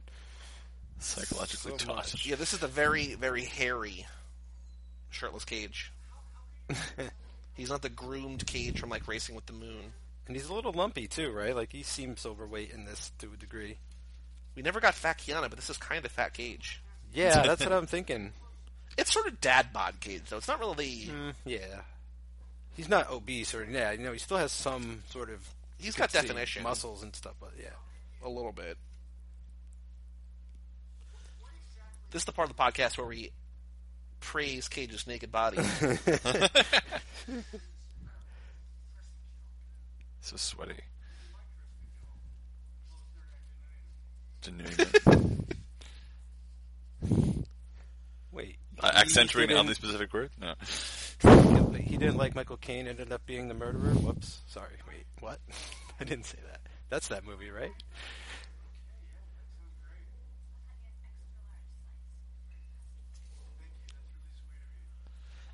Psychologically So taught. Yeah, this is a very, very hairy shirtless cage. He's not the groomed cage from like Racing with the Moon. and he's a little lumpy, too, right? Like, he seems overweight in this to a degree. We never got Fat Kiana, but this is kind of Fat Cage. Yeah, that's what I'm thinking. It's sort of dad bod cage, though. It's not really. Hmm. Yeah. He's not obese or, yeah, you know, he still has some sort of. He's you got could see definition. Muscles and stuff, but yeah. a little bit. This is the part of the podcast where we praise Cage's naked body. So sweaty. Denouement. Wait. uh, he accentuating on didn't- the specific word? No. He didn't like Michael Caine, ended up being the murderer. Whoops. Sorry. Wait, what? I didn't say that. That's that movie, right?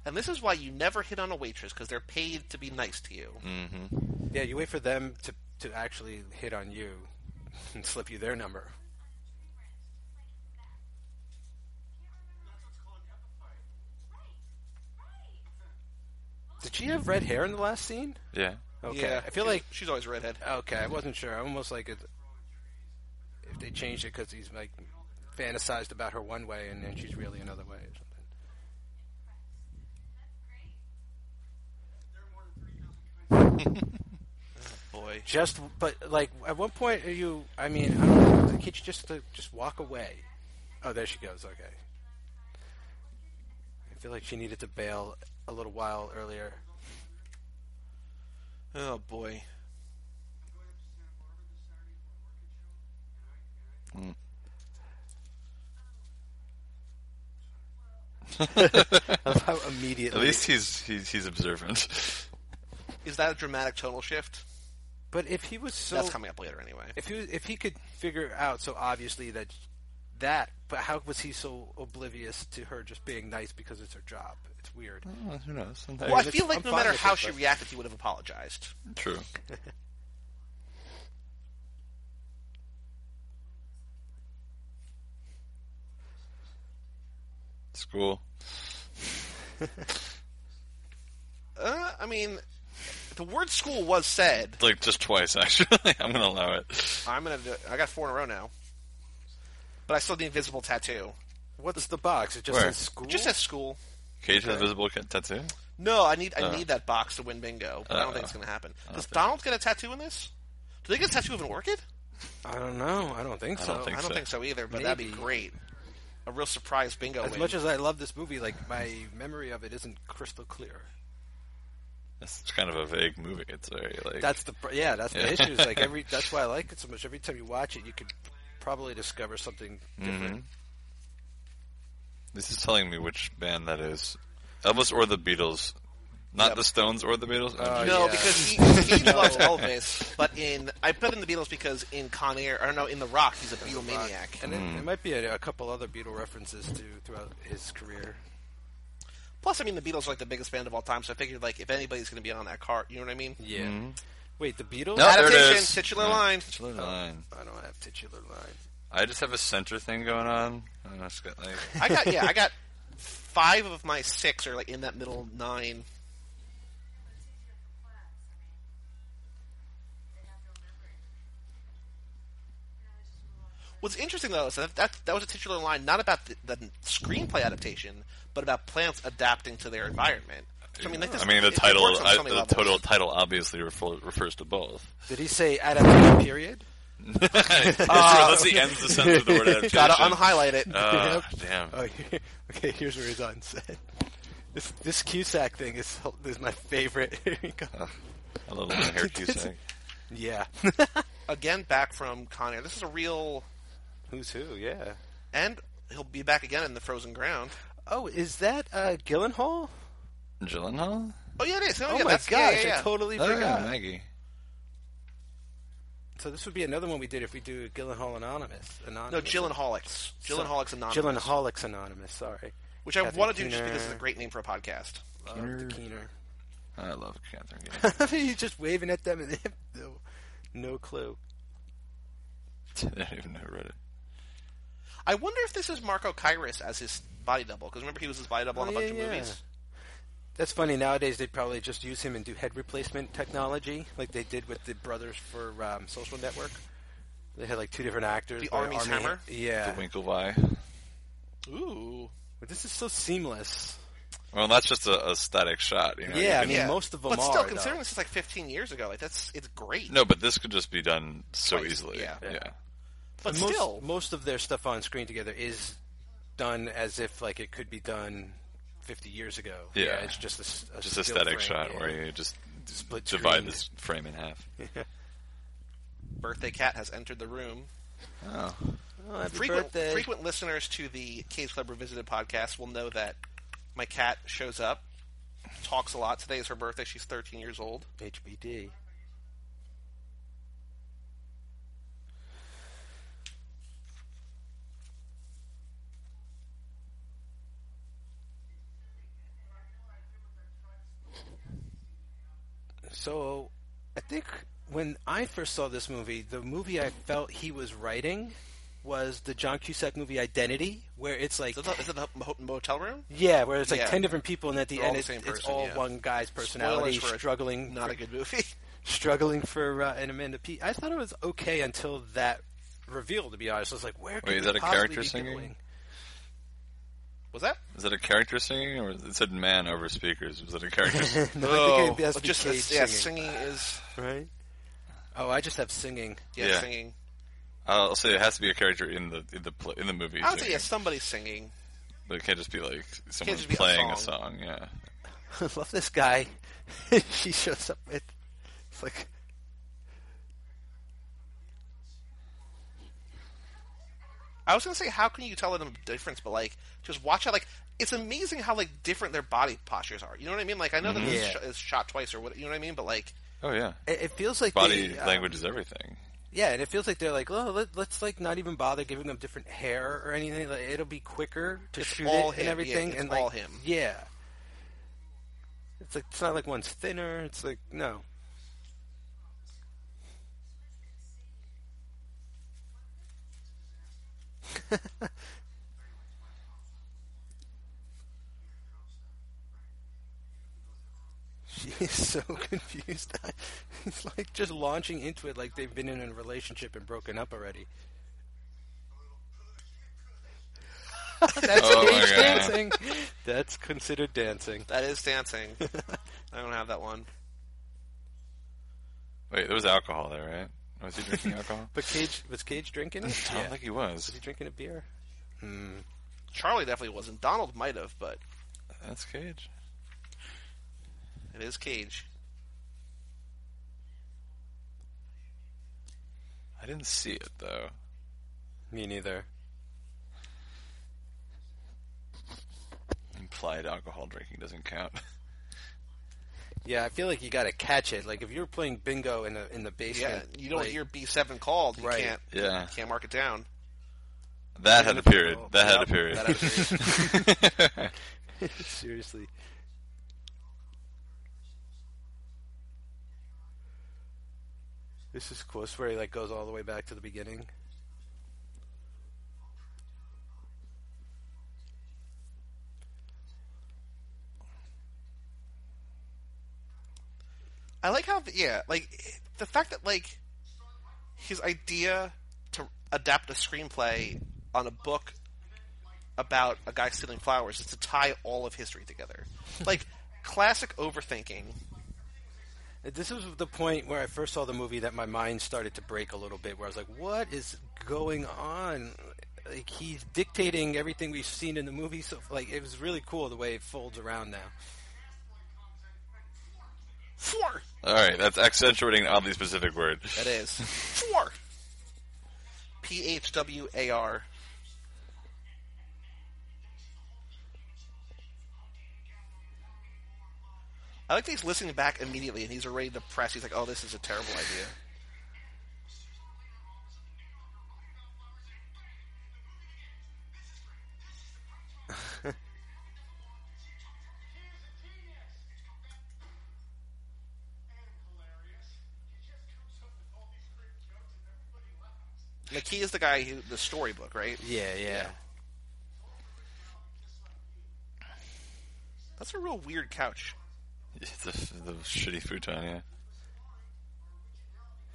and this is why you never hit on a waitress because they're paid to be nice to you. Mm-hmm. Yeah, you wait for them to, to actually hit on you and slip you their number. Did she have red hair in the last scene? Yeah. Okay. Yeah, I feel she's- like she's always a redhead. Okay, I wasn't sure. I'm almost like it, if they changed it because he's like fantasized about her one way and then she's really another way or something. Boy, Just, but like at one point, are you? I mean, I don't know. Can't you just uh, just walk away? Oh, there she goes. Okay. I feel like she needed to bail a little while earlier. oh boy. I love How immediately? At least he's he's, he's observant. Is that a dramatic tonal shift? but if he was so That's coming up later anyway. if he was, if he could figure out so obviously that that but how was he so oblivious to her just being nice because it's her job it's weird Well, who knows? Well, I mean, feel it's- like I'm no fine matter with how it, she but- reacted, he would have apologized. True. It's cool. Uh, I mean, the word "school" was said. Like just twice actually. I'm gonna allow it. I'm gonna. Do, I got four in a row now, but I still have the invisible tattoo. What's the box? It just Where? says school. It just says "school." Cage has invisible ca- tattoo. No, I need. I Uh. need that box to win bingo. But I don't Uh. think it's gonna happen. Does Donald get a tattoo in this? Do they get a tattoo of an orchid? I don't know. I don't think I so. don't think I don't so. think so either. But that'd be Maybe. great. A real surprise bingo As win. much as I love this movie, like my memory of it isn't crystal clear. It's kind of a vague movie. It's very like That's the pr- yeah. That's Yeah. the issue. Is like every that's why I like it so much. Every time you watch it, you could probably discover something different. Mm-hmm. This is telling me which band that is. Elvis or the Beatles. Not Yep. Uh, the Stones or the Beatles. Oh, no, yeah. because he, he loves Elvis, but in I put in the Beatles because in Con Air, or no, in The Rock, he's a Beatle maniac. Uh, And Mm-hmm. it, there might be a, a couple other Beatle references to throughout his career. Plus, I mean, the Beatles are like the biggest band of all time, so I figured like if anybody's going to be on that cart, you know what I mean? Yeah. Wait, the Beatles? Oh, No, Oh, there it Adaptation, is. titular Yeah. line. Titular line. I don't have titular line. I just have a center thing going on. I don't know, it's got, like, I got yeah, I got five of my six are like in that middle nine. What's interesting though is that that, that was a titular line not about the, the screenplay adaptation, but about plants adapting to their environment. So, I mean, like this, I mean, the it- it title, works on I, so many the levels. total title obviously refer, refers to both. Did he say adaptation period? that's, the end of the sentence with the word adaptation. Uh, Gotta unhighlight it. Ah, damn. Oh, okay, here's where he's on set. This this Cusack thing is is my favorite. Here we go. I love when my hair keeps saying. Yeah. Again, back from Con Air. This is a real, Who's who? Yeah. and he'll be back again in the frozen ground. Oh, is that uh, Gyllenhaal? Gyllenhaal? Oh yeah, it is. Oh, Oh yeah, my that's, gosh, yeah, yeah, yeah. I totally Oh, forgot. yeah, Maggie. So this would be another one we did if we do Gyllenhaal Anonymous. Anonymous. No, Gyllenhaalics. Gyllenhaalics Anonymous. Gyllenhaalics Anonymous. Sorry. Which I Catherine want to do just Keener. because it's a great name for a podcast. Love Keener. the Keener. I love Catherine. Keener. He's just waving at them and they have no, no clue. I don't even know who read it. I wonder if this is Marco Kairos as his body double, because remember he was his body double on Oh, a bunch yeah, of yeah. movies. That's funny. Nowadays, they probably just use him and do head replacement technology, like they did with the brothers for um, Social Network. They had like two different actors. The but Army's Hammer? Yeah. The Winklevi. Ooh. But this is so seamless. Well, that's just a, a static shot. You know? You Yeah, I can- mean, most of them But still, are, considering though. this is like 15 years ago, like that's it's great. No, but this could just be done so Twice, easily. yeah. yeah. but most, still, most of their stuff on screen together is done as if like it could be done 50 years ago. Yeah. it's just a, s- a just still a static frame, shot yeah. where you just Split divide screen. this frame in half. birthday cat has entered the room. Oh, Oh, happy Frequent, birthday. frequent listeners to the Cage Club Revisited podcast will know that my cat shows up, talks a lot. Today is her birthday. She's 13 years old. HBD. So, I think when I first saw this movie, the movie I felt he was writing was the John Cusack movie Identity, where it's like Is that, is that the ho- motel room? yeah, where it's like Yeah. ten different people, and at the They're all end, the it's, same it's person, all yeah. one guy's personality Spoilers for a- struggling. Not for- a good movie. struggling for uh, an Amanda P. I thought it was okay until that reveal. To be honest, I was like, "Where could Wait, is this that a possibly character be singing? going? Was that? is that a character singing, or it said man over speakers? Was it a character? singing? no, I think it has to be Oh, just the- Cage yeah, singing, singing is right? Oh, I just have singing. yeah, Yeah. singing. I'll say it has to be a character in the in the pl- in the movie. I would say singing. yeah, somebody's singing. But it can't just be like someone just be a playing a song. song. Yeah, I love this guy. she shows up with. It's like I was gonna say, how can you tell them a difference? But like, just watch out. Like, it's amazing how like different their body postures are. You know what I mean? Like, I know that this Yeah. sh- is shot twice or what. You know what I mean? But like, Oh yeah. it, it feels like Body uh, they, um, language is everything. Yeah, and it feels like they're like, oh, let, let's like not even bother giving them different hair or anything. Like, it'll be quicker to It's shoot all it him. and Yeah, everything. it's and all like, him. Yeah, it's like it's not like one's thinner. It's like no. He's so confused. He's like just launching into it like they've been in a relationship and broken up already. That's Oh my cage God. dancing. That's considered dancing. That is dancing. I don't have that one. Wait, there was alcohol there, right? Was he drinking alcohol? But Cage was Cage drinking it? I don't think he was. Was he drinking a beer? Charlie definitely wasn't. Donald might have, but That's Cage. it is Cage. I didn't see it though. Me neither. Implied alcohol drinking doesn't count. Yeah, I feel like you got to catch it. Like if you're playing bingo in the in the Yeah, basement, you don't like, hear B seven called. You Right. can't. Yeah. Can't mark it down. That had a period. That had a Yep, period. that had a period. Seriously. This is cool. This is where he like goes all the way back to the beginning. I like how yeah, like the fact that like his idea to adapt a screenplay on a book about a guy stealing flowers is to tie all of history together. Like classic overthinking. This was the point where I first saw the movie that my mind started to break a little bit. Where I was like, "What is going on?" Like he's dictating everything we've seen in the movie. So like it was really cool the way it folds around now. Four. All right, that's accentuating an oddly specific word. That is four. P H W A R. I like that he's listening back immediately and he's already depressed. He's like, oh, this is a terrible idea. Like, he is the guy who, the storybook, right? Yeah, yeah. That's a real weird couch. The, the shitty futon, yeah.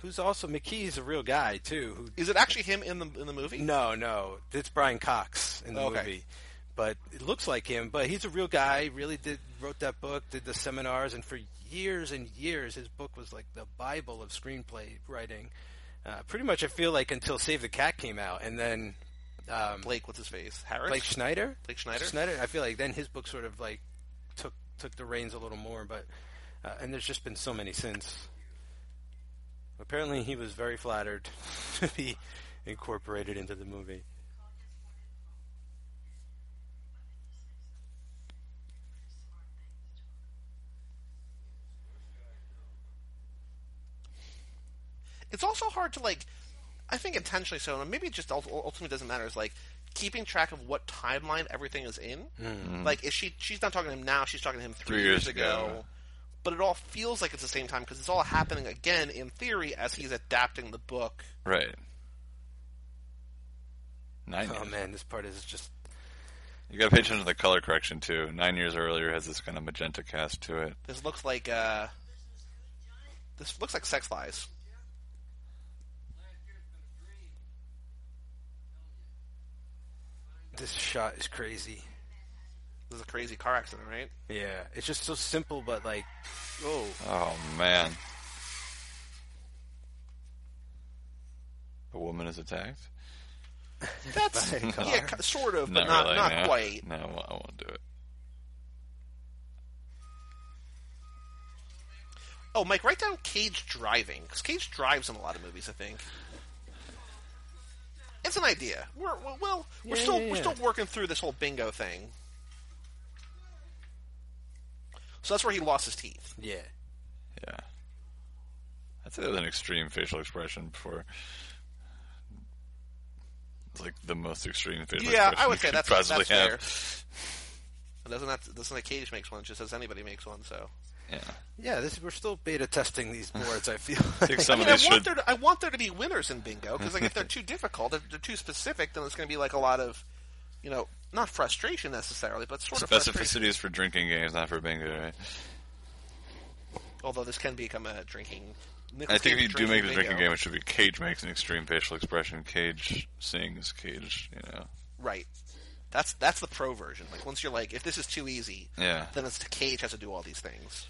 Who's also McKee's a real guy too, who Is it actually him in the in the movie? No, no, it's Brian Cox in the Okay. movie, but it looks like him. But he's a real guy. Really did wrote that book, did the seminars, and for years and years, his book was like the bible of screenplay writing. Uh, pretty much, I feel like until Save the Cat came out, and then um, Blake, Blake, what's his face? Harris. Schneider, Blake Schneider? Schneider. I feel like then his book sort of like took took the reins a little more, but uh, and there's just been so many since. Apparently, he was very flattered to be incorporated into the movie. it's also hard to like i think intentionally so and maybe it just ult- ultimately doesn't matter is like keeping track of what timeline everything is in like is she she's not talking to him now she's talking to him three, Mm-hmm. Three years, years ago, ago. but it all feels like it's the same time because it's all happening again in theory as he's adapting the book Right. Nine Oh years. man, this part is just You gotta pay attention to the color correction, too. Nine years earlier has this kind of magenta cast to it. this looks like uh this looks like sex lies this shot is crazy. this is a crazy car accident right Yeah, it's just so simple, but like, oh, Oh, man. A woman is attacked? that's By a car. yeah ki- sort of but not not really, not no. quite No, I won't do it. oh mike write down cage driving because cage drives in a lot of movies i think it's an idea we're we're- well we're Yeah, still yeah, we're yeah. still working through this whole bingo thing so that's where he lost his teeth yeah. Yeah. I'd say that was an extreme facial expression for it's like the most extreme facial Yeah, I would expression you say could that's- possibly that's have. and doesn't that doesn't that cage makes one it just says anybody makes one so Yeah. Yeah, this we're still beta testing these boards. I feel I think like. I some mean, of I these want should there to, I want there to be winners in bingo because like if they're too difficult, if they're too specific, then it's going to be like a lot of, you know, not frustration necessarily, but sort of frustration. specificity is for drinking games, not for bingo, right? Although this can become a drinking. I Nicolas think if you Cage do make it a drinking bingo. game, it should be Cage makes an extreme facial expression, Cage sings, Cage, you know. right? That's that's the pro version. Like once you're like, if this is too easy, Yeah. then it's Cage has to do all these things.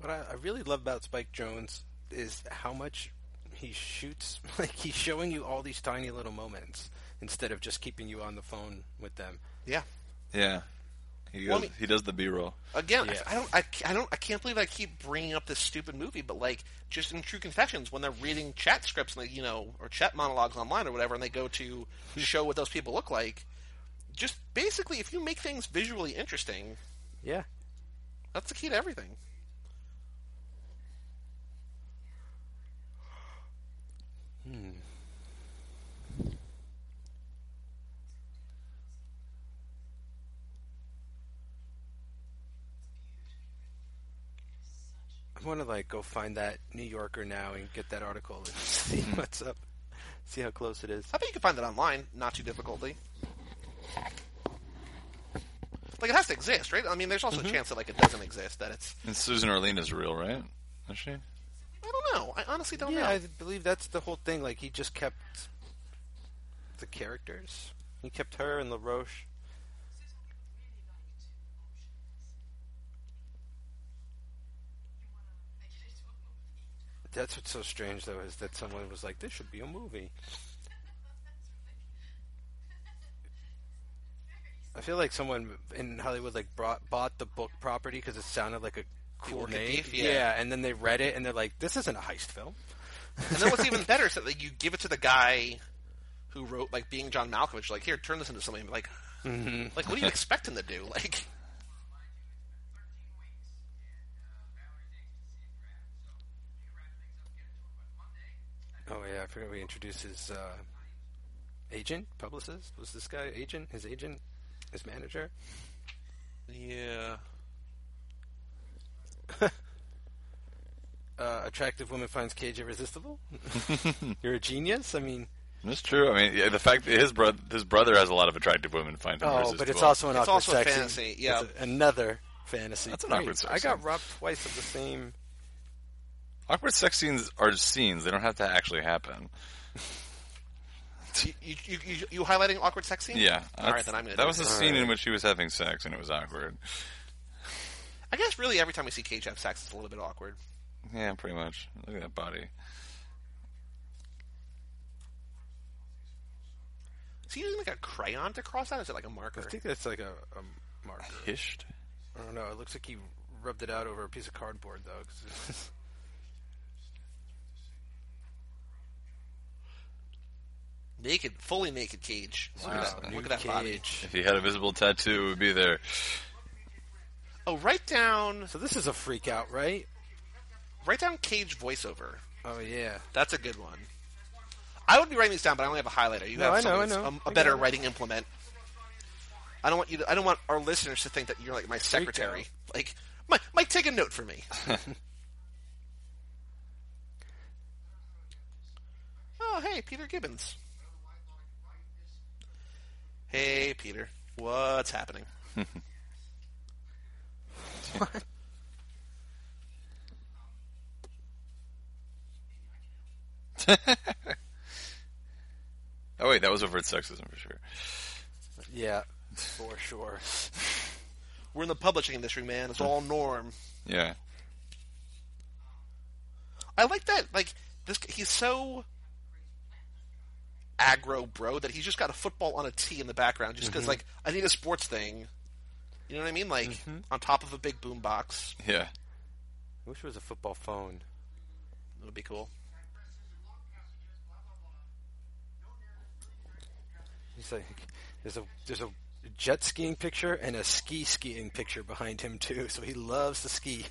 What I, I really love about Spike Jones is how much he shoots. Like he's showing you all these tiny little moments instead of just keeping you on the phone with them. Yeah. Yeah. He goes, Well, I mean- he does the B roll. Again, Yeah. I, I don't, I, I don't, I can't believe I keep bringing up this stupid movie, but like, just in True Confessions, when they're reading chat scripts, and they, you know, or chat monologues online or whatever, and they go to show what those people look like. Just basically, if you make things visually interesting, Yeah. that's the key to everything. I want to like go find that New Yorker now and get that article and see what's up. Hmm. See how close it is. I bet you can find that online, not too difficultly. Like it has to exist, right? I mean, there's Mm-hmm. also a chance that like it doesn't exist. That it's And Susan Orlean is real, right? Is she? I don't know. I honestly don't yeah, know. I believe that's the whole thing. Like he just kept the characters. He kept her and LaRoche. That's what's so strange, though, is that someone was like, "This should be a movie." I feel like someone in Hollywood like brought bought the book property because it sounded like a cool People could name. beef, yeah. and then they read it and they're like, "This isn't a heist film." And then what's even better is that like, you give it to the guy who wrote like being John Malkovich. Like, here, turn this into something. Like, Mm-hmm. like what do you expect him to do? Like, Oh yeah, I forgot we introduced his uh, agent, publicist. Was this guy agent? His agent, his manager. yeah, Uh, attractive woman finds Cage irresistible. You're a genius. I mean, That's true. I mean, yeah, the fact that his brother his brother has a lot of attractive women find him oh, irresistible. but it's also an It's awkward also a sex scene. fantasy, yeah. It's a- another fantasy. That's an Great. awkward sex I got scene. robbed twice of the same. awkward sex scenes are scenes; they don't have to actually happen. you, you, you, you, you highlighting awkward sex scene? Yeah, All right, that's- then I'm gonna. that do was a it. scene in which he was having sex and it was awkward. I guess really every time we see Cage have sex, it's a little bit awkward. Yeah, pretty much. Look at that body. Is he using like a crayon to cross out? Or is it like a marker? I think that's like a, a marker. Hished. I don't know. It looks like he rubbed it out over a piece of cardboard, though. 'cause it's- Naked, fully naked Cage. Look at that, Wow, look nude at that body. Cage. If he had a visible tattoo, it would be there. Oh, write down, So this is a freak out, right? write down Cage voiceover. Oh yeah. That's a good one. I would be writing these down, but I only have a highlighter. You No, I have something know, I that's, know. um, I a got better it. writing implement. I don't want you. To, I don't want our listeners to think that you're like my secretary. Like, Mike, Mike, take a note for me. oh, hey, Peter Gibbons. Hey, Peter. What's happening? Oh wait, that was overt sexism for sure. Yeah. For sure. We're in the publishing industry, man. It's all norm. Yeah. I like that. Like this, he's so aggro, bro, that he's just got a football on a tee in the background, just Mm-hmm. because like I need a sports thing. You know what I mean? Like Mm-hmm. on top of a big boom box, Yeah. I wish it was a football phone. it would be cool. He's like, there's a there's a jet skiing picture and a ski skiing picture behind him too. So he loves to ski.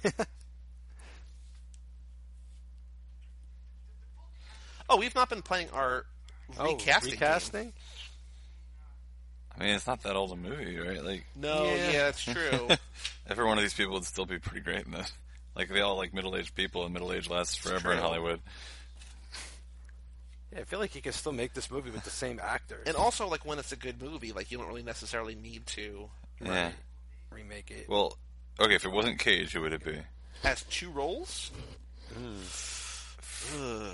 Oh, we've not been playing our Oh, recasting. game. recasting? I mean, it's not that old a movie, right? Like No, yeah. Yeah. that's true. every one of these people would still be pretty great in this. Like they all like middle-aged people, and middle age lasts forever in true. Hollywood. Yeah, I feel like you can still make this movie with the same actors. and also, like when it's a good movie, like you don't really necessarily need to Yeah. remake it. Well, okay, if it wasn't Cage, who would it be? as two roles. Ugh.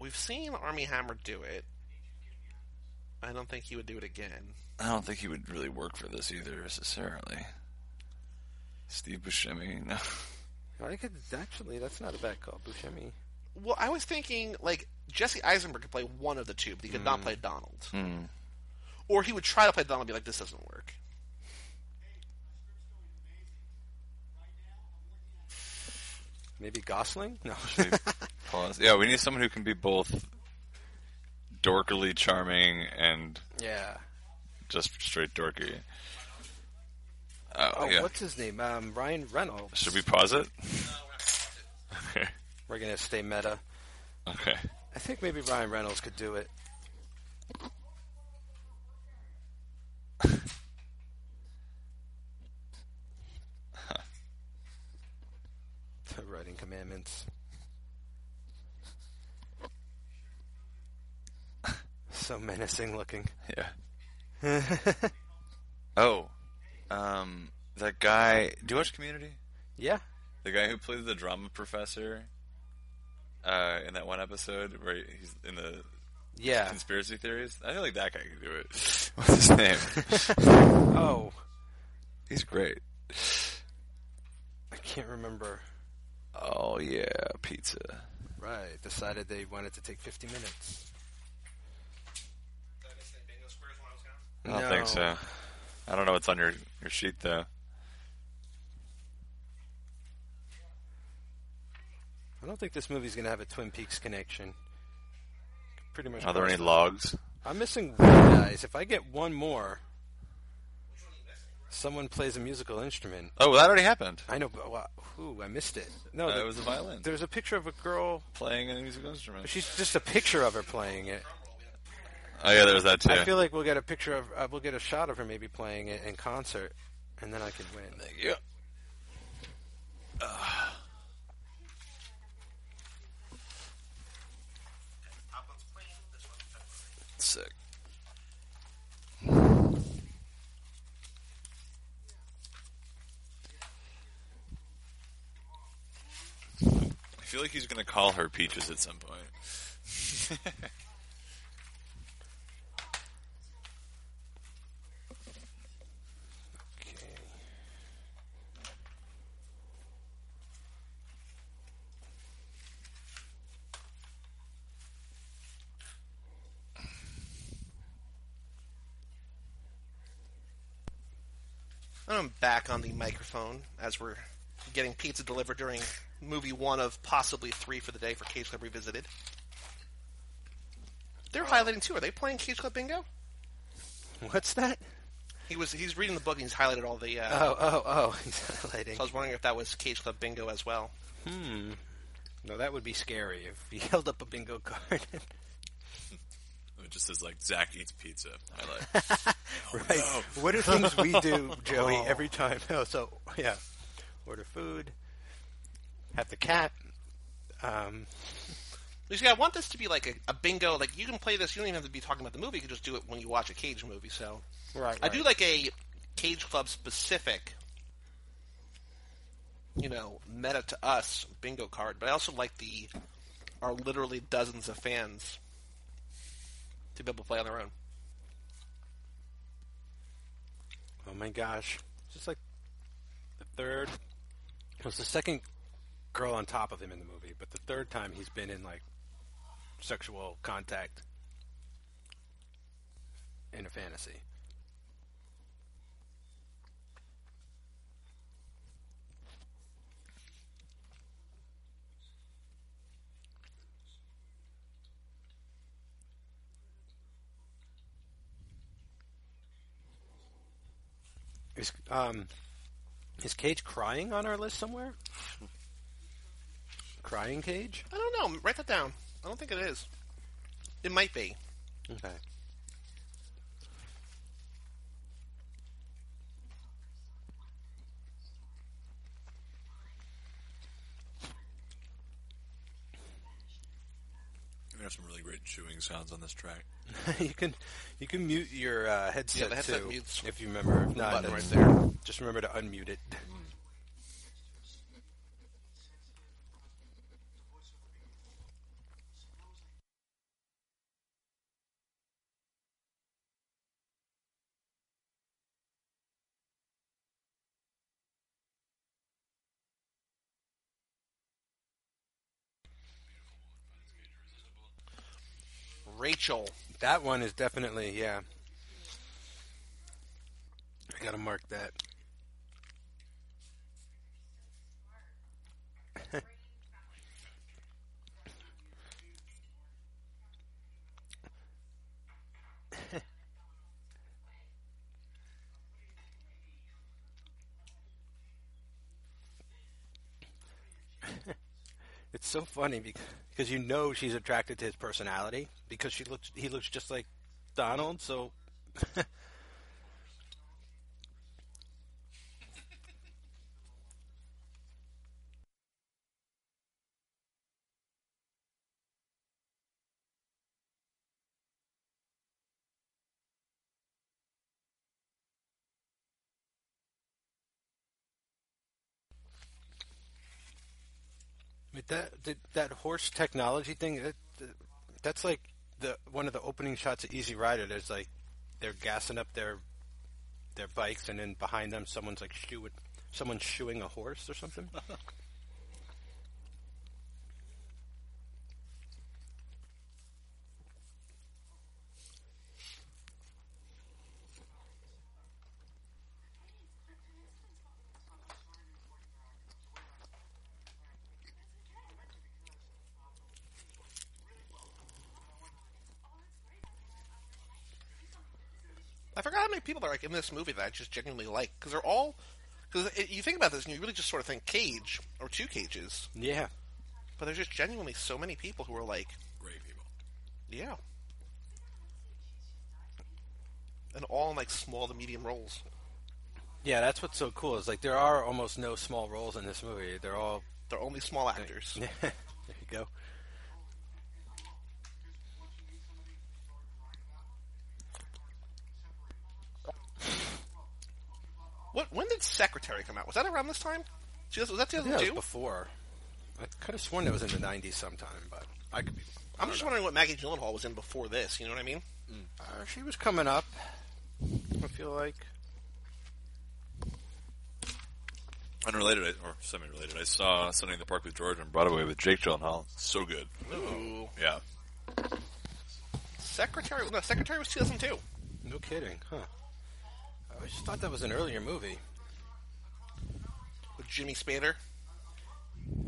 We've seen Army Hammer do it. I don't think he would do it again. I don't think he would really work for this either necessarily. Steve Buscemi, no. I think it's actually that's not a bad call, Buscemi. Well, I was thinking like Jesse Eisenberg could play one of the two, but he could not play Donald. Or he would try to play Donald, and be like, "This doesn't work." Maybe Gosling? No. Pause. Yeah, we need someone who can be both dorkily charming and yeah. just straight dorky. Oh, Oh, yeah. what's his name? Um, Ryan Reynolds. Should we pause it? Okay. We're gonna stay meta. Okay. I think maybe Ryan Reynolds could do it. The Writing commandments. So menacing looking. Yeah. oh, um, that guy. Do you watch Community? Yeah. The guy who played the drama professor uh, in that one episode where he's in the Yeah. conspiracy theories. I feel like that guy can do it. What's his name? Oh, he's great. I can't remember. Oh yeah, pizza. Right. Decided they wanted to take 50 minutes. I don't think so. I don't know what's on your, your sheet though. I don't think this movie's going to have a Twin Peaks connection. Pretty much. Are there any close. logs? I'm missing one, guys. If I get one more, someone plays a musical instrument. Oh, that already happened. I know, but well, who? I missed it. No, Uh, there it was a violin there's a picture of a girl. playing a musical instrument. She's just a picture of her playing it. Oh yeah, there was that too. I feel like we'll get a picture of, uh, we'll get a shot of her maybe playing it in concert, and then I could win. yeah. Sick. I feel like he's gonna call her Peaches at some point. Okay. And I'm back on the microphone as we're getting pizza delivered during movie one of possibly three for the day for Cage Club Revisited. They're highlighting too. Are they playing Cage Club Bingo? What's that? He was he's reading the book and he's highlighted all the. Uh, Oh, oh, oh! He's highlighting. so I was wondering if that was Cage Club Bingo as well. No, that would be scary if he held up a bingo card. It just says like Zach eats pizza. I like. right. What are things we do, Joey, every time? Oh, so yeah, order food, have the cat. Um, You see, I want this to be like a, a bingo. Like you can play this. You don't even have to be talking about the movie. You can just do it when you watch a Cage movie. So right, I do like a Cage Club specific, you know, meta to us bingo card. But I also like the are literally dozens of fans to be able to play on their own. Oh my gosh! It's Just like the third it was the second girl on top of him in the movie, but the third time he's been in like sexual contact in a fantasy. Is um is Cage crying on our list somewhere? Crying Cage? I don't know. Write that down. I don't think it is. It might be. Okay. There are some really great chewing sounds on this track. you can you can mute your uh, headset, the headset too mutes if you remember. If not, button that's- right there. Just remember to unmute it. Rachel. That one is definitely yeah. I gotta mark that. It's so funny because, because you know she's attracted to his personality because she looks he looks just like Donald. So But that that, that horse technology thing that, that's like the one of the opening shots of Easy Rider. There's like they're gassing up their their bikes, and then behind them someone's like shoeing someone's shoeing a horse or something. I forgot how many people are like in this movie that I just genuinely like because they're all because you think about this and you really just sort of think Cage or two Cages, yeah, but there's just genuinely so many people who are like, Great people. yeah, and all in like small to medium roles. yeah, that's what's so cool. Is like there are almost no small roles in this movie. They're all They're only small actors. there you go. What? When did Secretary come out? Was that around this time? Two- Was that Yeah, it was 2002? before. I could have sworn it was in the '90s sometime, but I could be. I'm just wondering what Maggie Gyllenhaal was in before this. You know what I mean? Uh, she was coming up. I feel like. Unrelated, I- or semi-related, I saw Sunday in the Park with George on Broadway with Jake Gyllenhaal. So good. Ooh. Yeah. Secretary. No, Secretary was 2002. No kidding, huh? I just thought that was an earlier movie. With Jimmy Spader.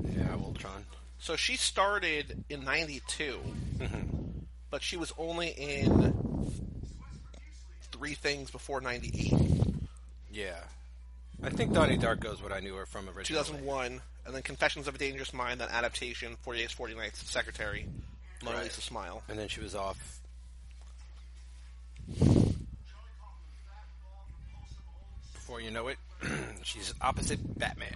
Yeah, Voltron. So she started in '92, but she was only in three things before '98, Yeah, I think Donnie Darko's what I knew her from originally. 2001, and then Confessions of a Dangerous Mind, then adaptation, 48 Days, 40 Nights, Secretary, Mona Right. Lisa Smile. and then she was off. Before you know it, she's opposite Batman.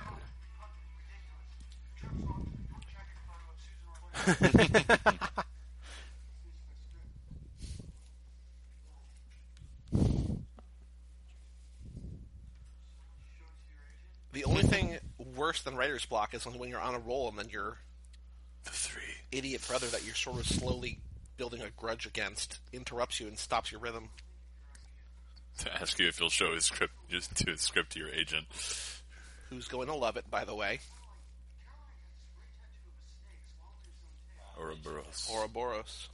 The only thing worse than writer's block is when you're on a roll and then your The three. idiot brother that you're sort of slowly building a grudge against interrupts you and stops your rhythm. To ask you if you'll show his script, just to his script to your agent. Who's going to love it, by the way? Ouroboros. Ouroboros.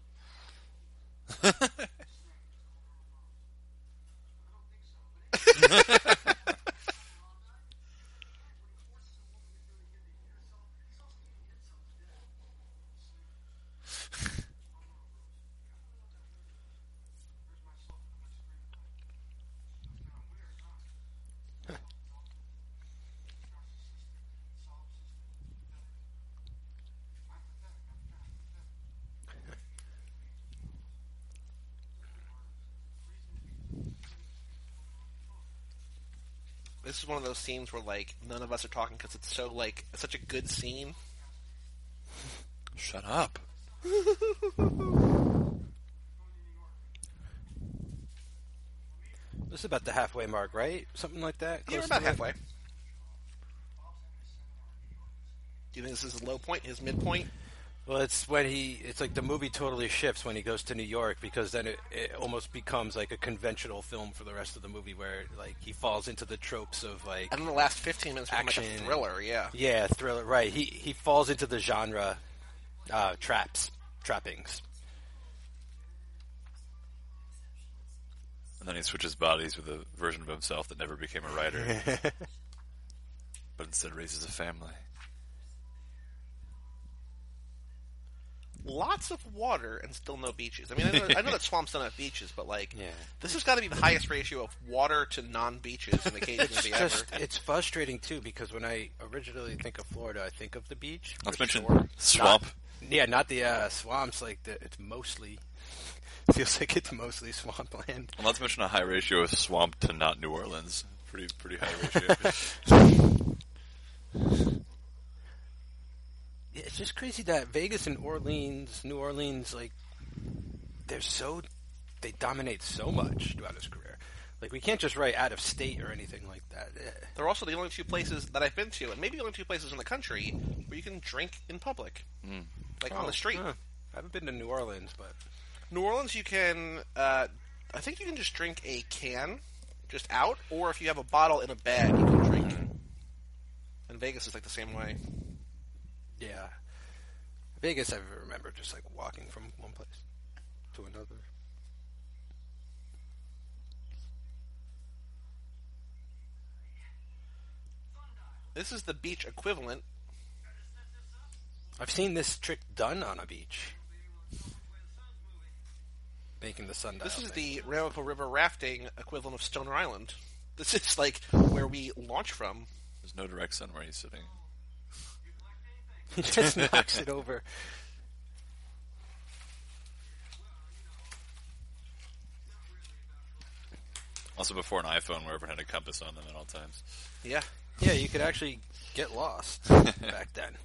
This is one of those scenes where like none of us are talking because it's so like such a good scene. Shut up. This is about the halfway mark, right? Something like that. Yeah, Close we're about to it? halfway. Do you think this is his low point, his midpoint? Well, it's when he. It's like the movie totally shifts when he goes to New York because then it, it almost becomes like a conventional film for the rest of the movie, where like he falls into the tropes of like And then the last fifteen minutes become like a Action. thriller. Yeah, yeah, thriller. Right. He he falls into the genre uh, traps trappings. And then he switches bodies with a version of himself that never became a writer, but instead raises a family. lots of water and still no beaches. I mean, I know, I know that swamps don't have beaches, but like, Yeah. this has got to be the highest ratio of water to non-beaches in a cage movie ever. Just it's frustrating too because when I originally think of Florida, I think of the beach. Let's for mention sure. swamp. Yeah, not the uh, swamps. Like the, it's mostly feels like it's mostly swampland. And let's mention a high ratio of swamp to not New Orleans. Pretty pretty high ratio. Yeah, It's just crazy that Vegas and Orleans, New Orleans, like they're so they dominate so much throughout his career. Like we can't just write out of state or anything like that. Eh. They're also the only two places that I've been to, and maybe the only two places in the country where you can drink in public, like on the street. Mm. Oh, Huh. I haven't been to New Orleans, but New Orleans, you can, uh, I think you can just drink a can, just out, or if you have a bottle in a bag, you can drink. And Vegas is like the same way. yeah, Vegas. I remember just like walking from one place to another. This is the beach equivalent. I've seen this trick done on a beach, making the sundial. This is thing. the Ramapo River rafting equivalent of Stoner Island. This is like where we launch from. There's no direct sun where he's sitting. he just knocks it over. Also before an iPhone where everyone had a compass on them at all times. Yeah. Yeah, you could actually get lost back then.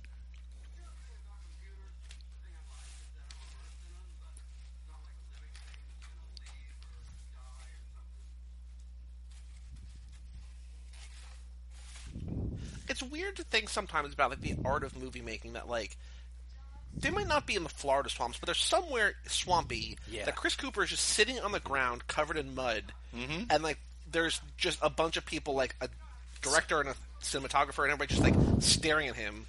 it's weird to think sometimes about like the art of movie making that like they might not be in the Florida swamps, but they're somewhere swampy Yeah. that Chris Cooper is just sitting on the ground covered in mud, Mm-hmm. and like there's just a bunch of people like a director and a cinematographer and everybody just like staring at him.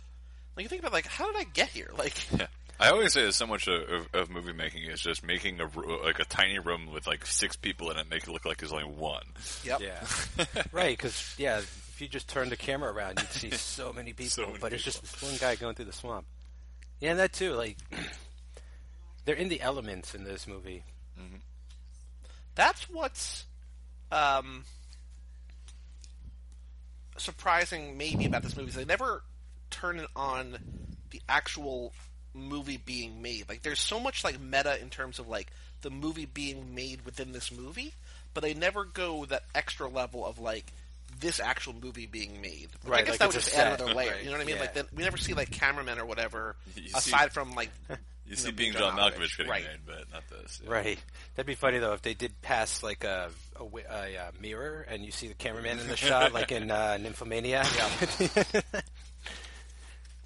Like you think about like how did I get here? Like Yeah. I always say that so much of, of, of movie making is just making a ro- like a tiny room with like six people in it, make it look like there's only one. yep. Yeah, right. Because yeah, if you just turned the camera around, you'd see so many people. So many but it's just people. this one guy going through the swamp. Yeah, and that too. Like they're in the elements in this movie. that's what's um, surprising maybe about this movie is they never turn it on the actual movie being made like there's so much like meta in terms of like the movie being made within this movie but they never go that extra level of like this actual movie being made Like, i Right, guess like that would it's a just add set, another layer right, you know what i mean yeah. like then we never see like cameramen or whatever You see- aside from like You know, see, being John Malkovich getting right made, but not this. Yeah. Right. That'd be funny though if they did pass like a a, wi- a, uh mirror and you see the cameraman in the shot, like in uh, Nymphomaniac.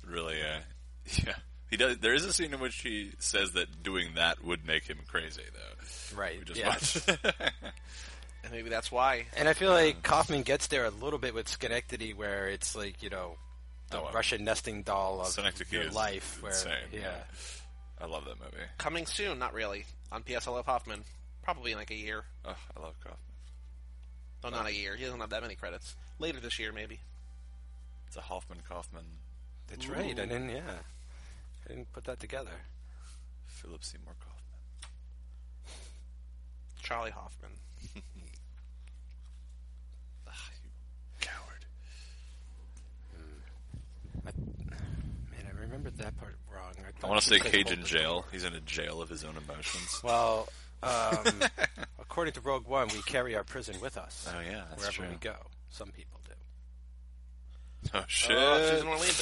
Really, uh, yeah. He does. There is a scene in which he says that doing that would make him crazy, though. Right, We just yeah. watched. and maybe that's why And I feel like Kaufman gets there a little bit with Schenectady, where it's like you know the Oh, wow. Russian nesting doll of Synecdoche your is life. Where insane. yeah, I love that movie. coming soon not really on PSLF Hoffman probably in like a year Oh, I love Kaufman. No, not a year. He doesn't have that many credits. Later this year, maybe. It's a Hoffman Kaufman, that's right. I didn't. Yeah, I didn't put that together. Philip Seymour Kaufman. Charlie Hoffman. Ah, you coward. I, man, I remembered that part wrong. I, I thought want she to say said Cage hold in the jail. He's in a jail of his own emotions. Well, um, according to Rogue One, we carry our prison with us Oh, yeah, that's wherever true. we go. Some people do. Oh shit! Uh, Susan Orlean,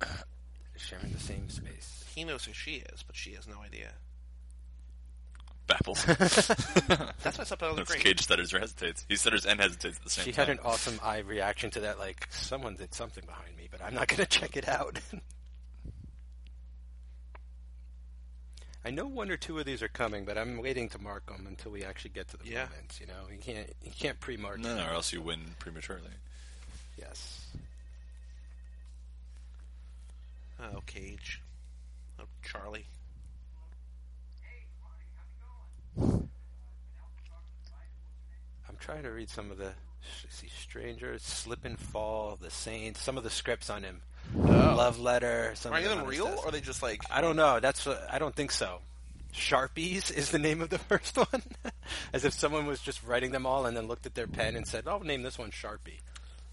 but sharing the same space. he knows who she is, but she has no idea. Baffles. That's why subtitles are That's great. Cage stutters or hesitates. He stutters and hesitates at the same She time. had an awesome eye reaction to that, like someone did something behind me, but I'm not going to check it out. I know one or two of these are coming, but I'm waiting to mark them until we actually get to the Yeah. moments. You know, you can't you can't pre-mark. No, no, or else you win prematurely. Yes. Oh, Cage. Oh, Charlie. I'm trying to read some of the let's see Stranger, Slip and Fall, The Saints, some of the scripts on him. Love Letter. Some Oh. Are of any of them on his real, desk. or are they just like I don't know. That's what, I don't think so. Sharpies is the name of the first one, as if someone was just writing them all and then looked at their pen and said, "I'll name this one Sharpie."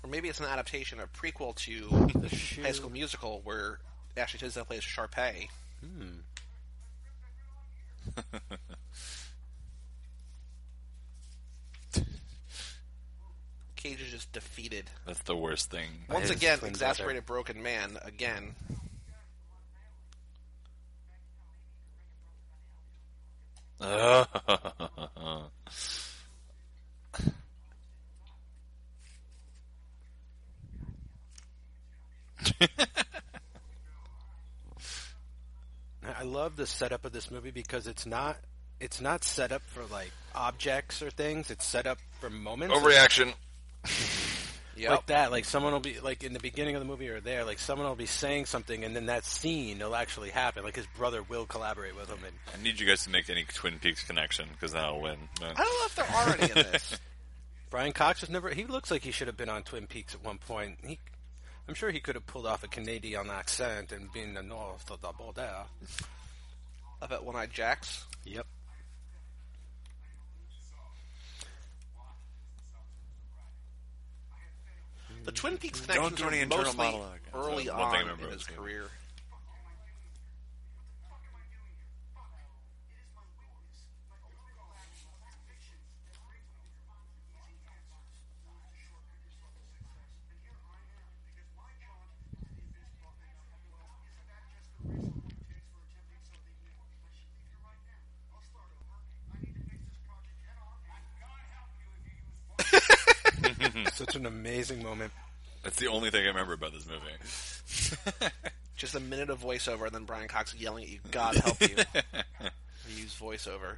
or maybe it's an adaptation, a prequel to Shoe. High School Musical, where Ashley Tisdale plays Sharpay. Hmm. Cage is just defeated That's the worst thing. once his again. twin brother. Exasperated, broken man again. I love the setup of this movie because it's not it's not set up for like objects or things. It's set up for moments. Overreaction. Yep. like that. Like someone will be like in the beginning of the movie or there, like someone will be saying something, and then that scene will actually happen. Like his brother will collaborate with him, and I need you guys to make any Twin Peaks connection because then I'll win. No. I don't know if there are any in this. Brian Cox was never. He looks like he should have been on Twin Peaks at one point. He, I'm sure he could have pulled off a Canadian accent and been the north of the border. I bet One Eyed Jacks. Yep. The Twin Peaks connections do any are internal mostly monologue. That's early one thing I on remember in about his this movie. career. Such an amazing moment. That's the only thing I remember about this movie. Just a minute of voiceover, and then Brian Cox yelling at you, "God help you!" We Use voiceover.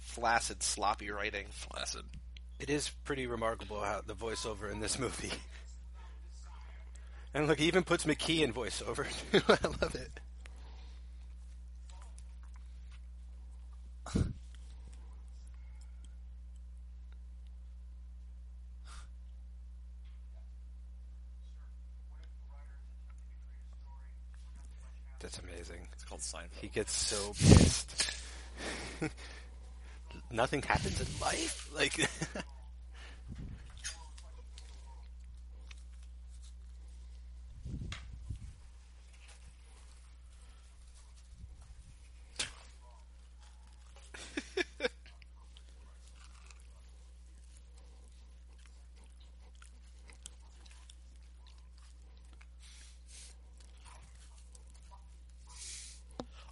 Flaccid, sloppy writing. Placid. It is pretty remarkable how the voiceover in this movie. And look, he even puts McKee in voiceover. too. I love it. That's amazing. It's called Seinfeld. He gets so pissed. Nothing happens in life? Like.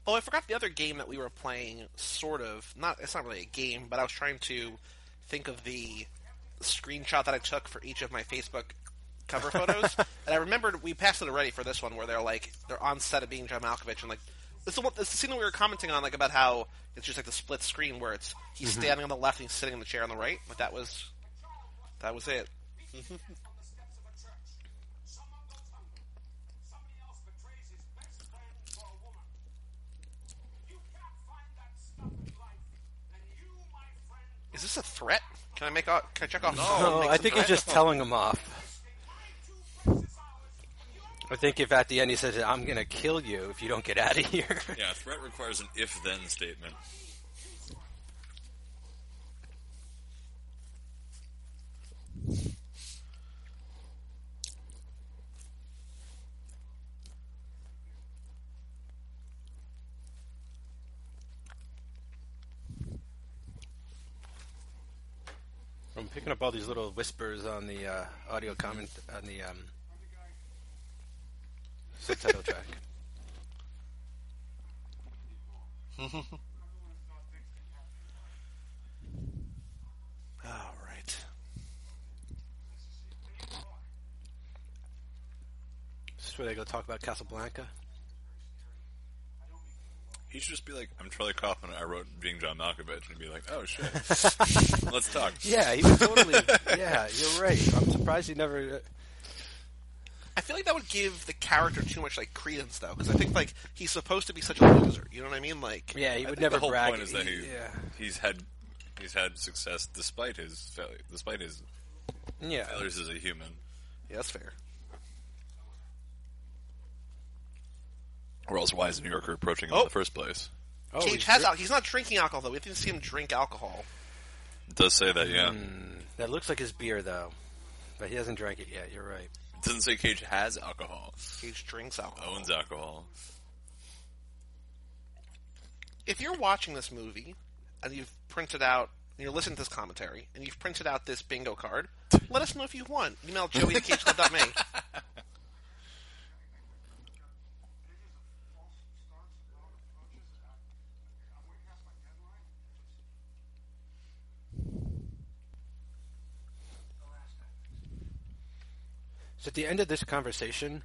Oh, I forgot the other game that we were playing. Sort of. Not. It's not really a game, but I was trying to think of the screenshot that I took for each of my Facebook cover photos, and I remembered we passed it already for this one, where they're like they're on set of being John Malkovich, and like it's the one, it's the scene that we were commenting on, like about how it's just like the split screen where it's he's standing on the left and he's sitting in the chair on the right. Like that was that was it. Is this a threat? Can I make a, can I check off? Oh, make I some think he's threat? just telling him off. I think if at the end he says, "I'm gonna kill you if you don't get out of here," Yeah, threat requires an if-then statement. I'm picking up all these little whispers on the uh, audio comment on the um, subtitle track. All right. This is where they go talk about Casablanca. He should just be like, I'm Charlie Kaufman. I wrote Being John Malkovich, and be like, oh shit, let's talk. Yeah, he was totally. yeah, you're right. I'm surprised he never. Uh, I feel like that would give the character too much like credence though, because I think like he's supposed to be such a loser. You know what I mean? Like, yeah, he I would think never the whole brag. point is that he, yeah, he's had he's had success despite his failure, despite his yeah. failures as a human. yeah, that's fair. Or else, why is a New Yorker approaching him Oh. in the first place? Oh, Cage he's has dri- al- he's not drinking alcohol though. We haven't seen him drink alcohol. It does say that, yeah. that looks like his beer though, but he hasn't drank it yet. You're right. It doesn't say Cage has alcohol. Cage drinks alcohol. Owns alcohol. If you're watching this movie and you've printed out, and you're listening to this commentary, and you've printed out this bingo card, let us know if you won. Email Joey at CageClub.me. So at the end of this conversation,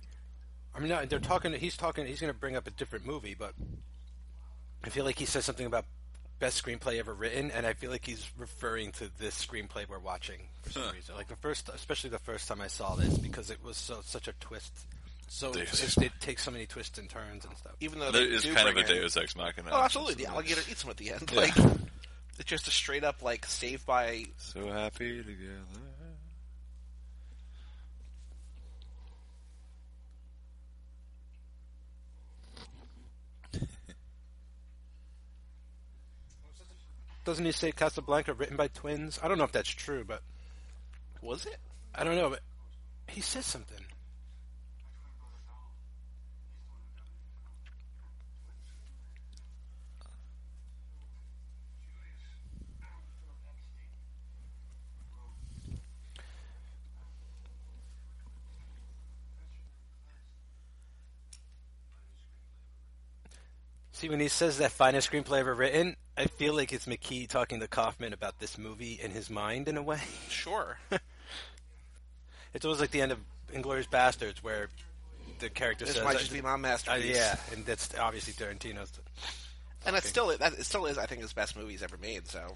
I mean, no, they're talking. He's talking. He's going to bring up a different movie, but I feel like he says something about best screenplay ever written, and I feel like he's referring to this screenplay we're watching for some Huh. reason. Like the first, especially the first time I saw this, because it was so such a twist. So it, Deus Ex it takes so many twists and turns and stuff. Even though There they is do kind of bring a in- Deus Ex Machina. Oh, absolutely. The Yeah. alligator eats him at the end. Yeah. Like it's just a straight up like saved by So happy together. Doesn't he say Casablanca written by twins? I don't know if that's true, but was it? I don't know. But he says something. See, when he says that finest screenplay ever written, I feel like it's McKee talking to Kaufman about this movie in his mind in a way. Sure. It's always like the end of Inglorious Bastards where the character This says, might just uh, be my uh, masterpiece. "Yeah," and that's obviously Tarantino's. and that's still that it still is I think his best movie he's ever made. So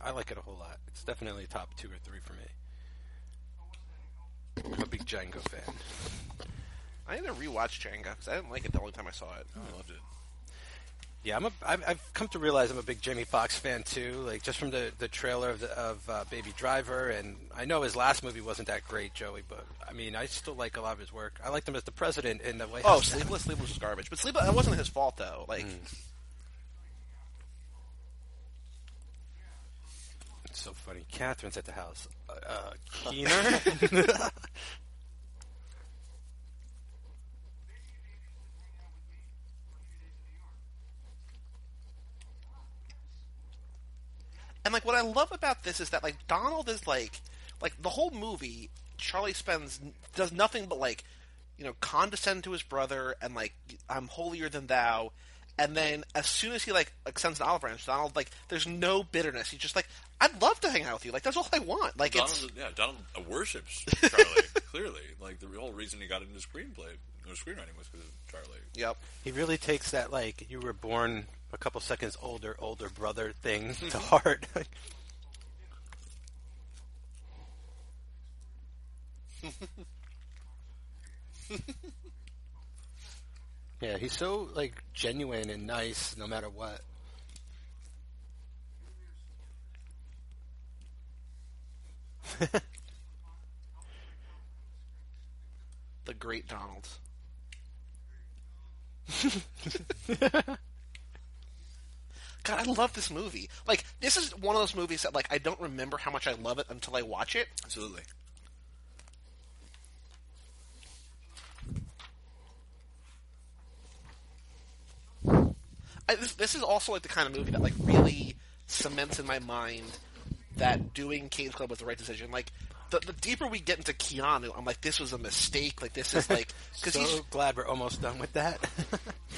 I like it a whole lot. It's definitely top two or three for me. I'm a big Django fan. I need to rewatch Django because I didn't like it the only time I saw it. I loved it. Yeah, I'm a. I've, I've come to realize I'm a big Jamie Foxx fan too. Like just from the the trailer of, the, of uh, Baby Driver, and I know his last movie wasn't that great, Joey. But I mean, I still like a lot of his work. I liked him as the president in the White Oh, House. Sleepless, Sleepless was garbage, but Sleepless that wasn't his fault though. Like Mm. It's so funny. Catherine's at the house. Uh, Keener. And like what I love about this is that like Donald is like like the whole movie Charlie spends does nothing but like you know condescend to his brother and like I'm holier than thou and then as soon as he like extends an olive branch Donald like there's no bitterness he's just like I'd love to hang out with you like that's all I want like it's Donald, yeah, Donald worships Charlie, clearly. Like, the whole reason he got into screenplay or screenwriting was because of Charlie. yep He really takes that like you were born a couple seconds older, older brother thing to heart. yeah, he's so like genuine and nice no matter what. the great Donald God, I love this movie. Like, this is one of those movies that, like, I don't remember how much I love it until I watch it. Absolutely. I, this, this is also like the kind of movie that like really cements in my mind that doing Kane's Club was the right decision. Like the, the deeper we get into Keanu, I'm like, this was a mistake. Like this is like because so he's. glad we're almost done with that.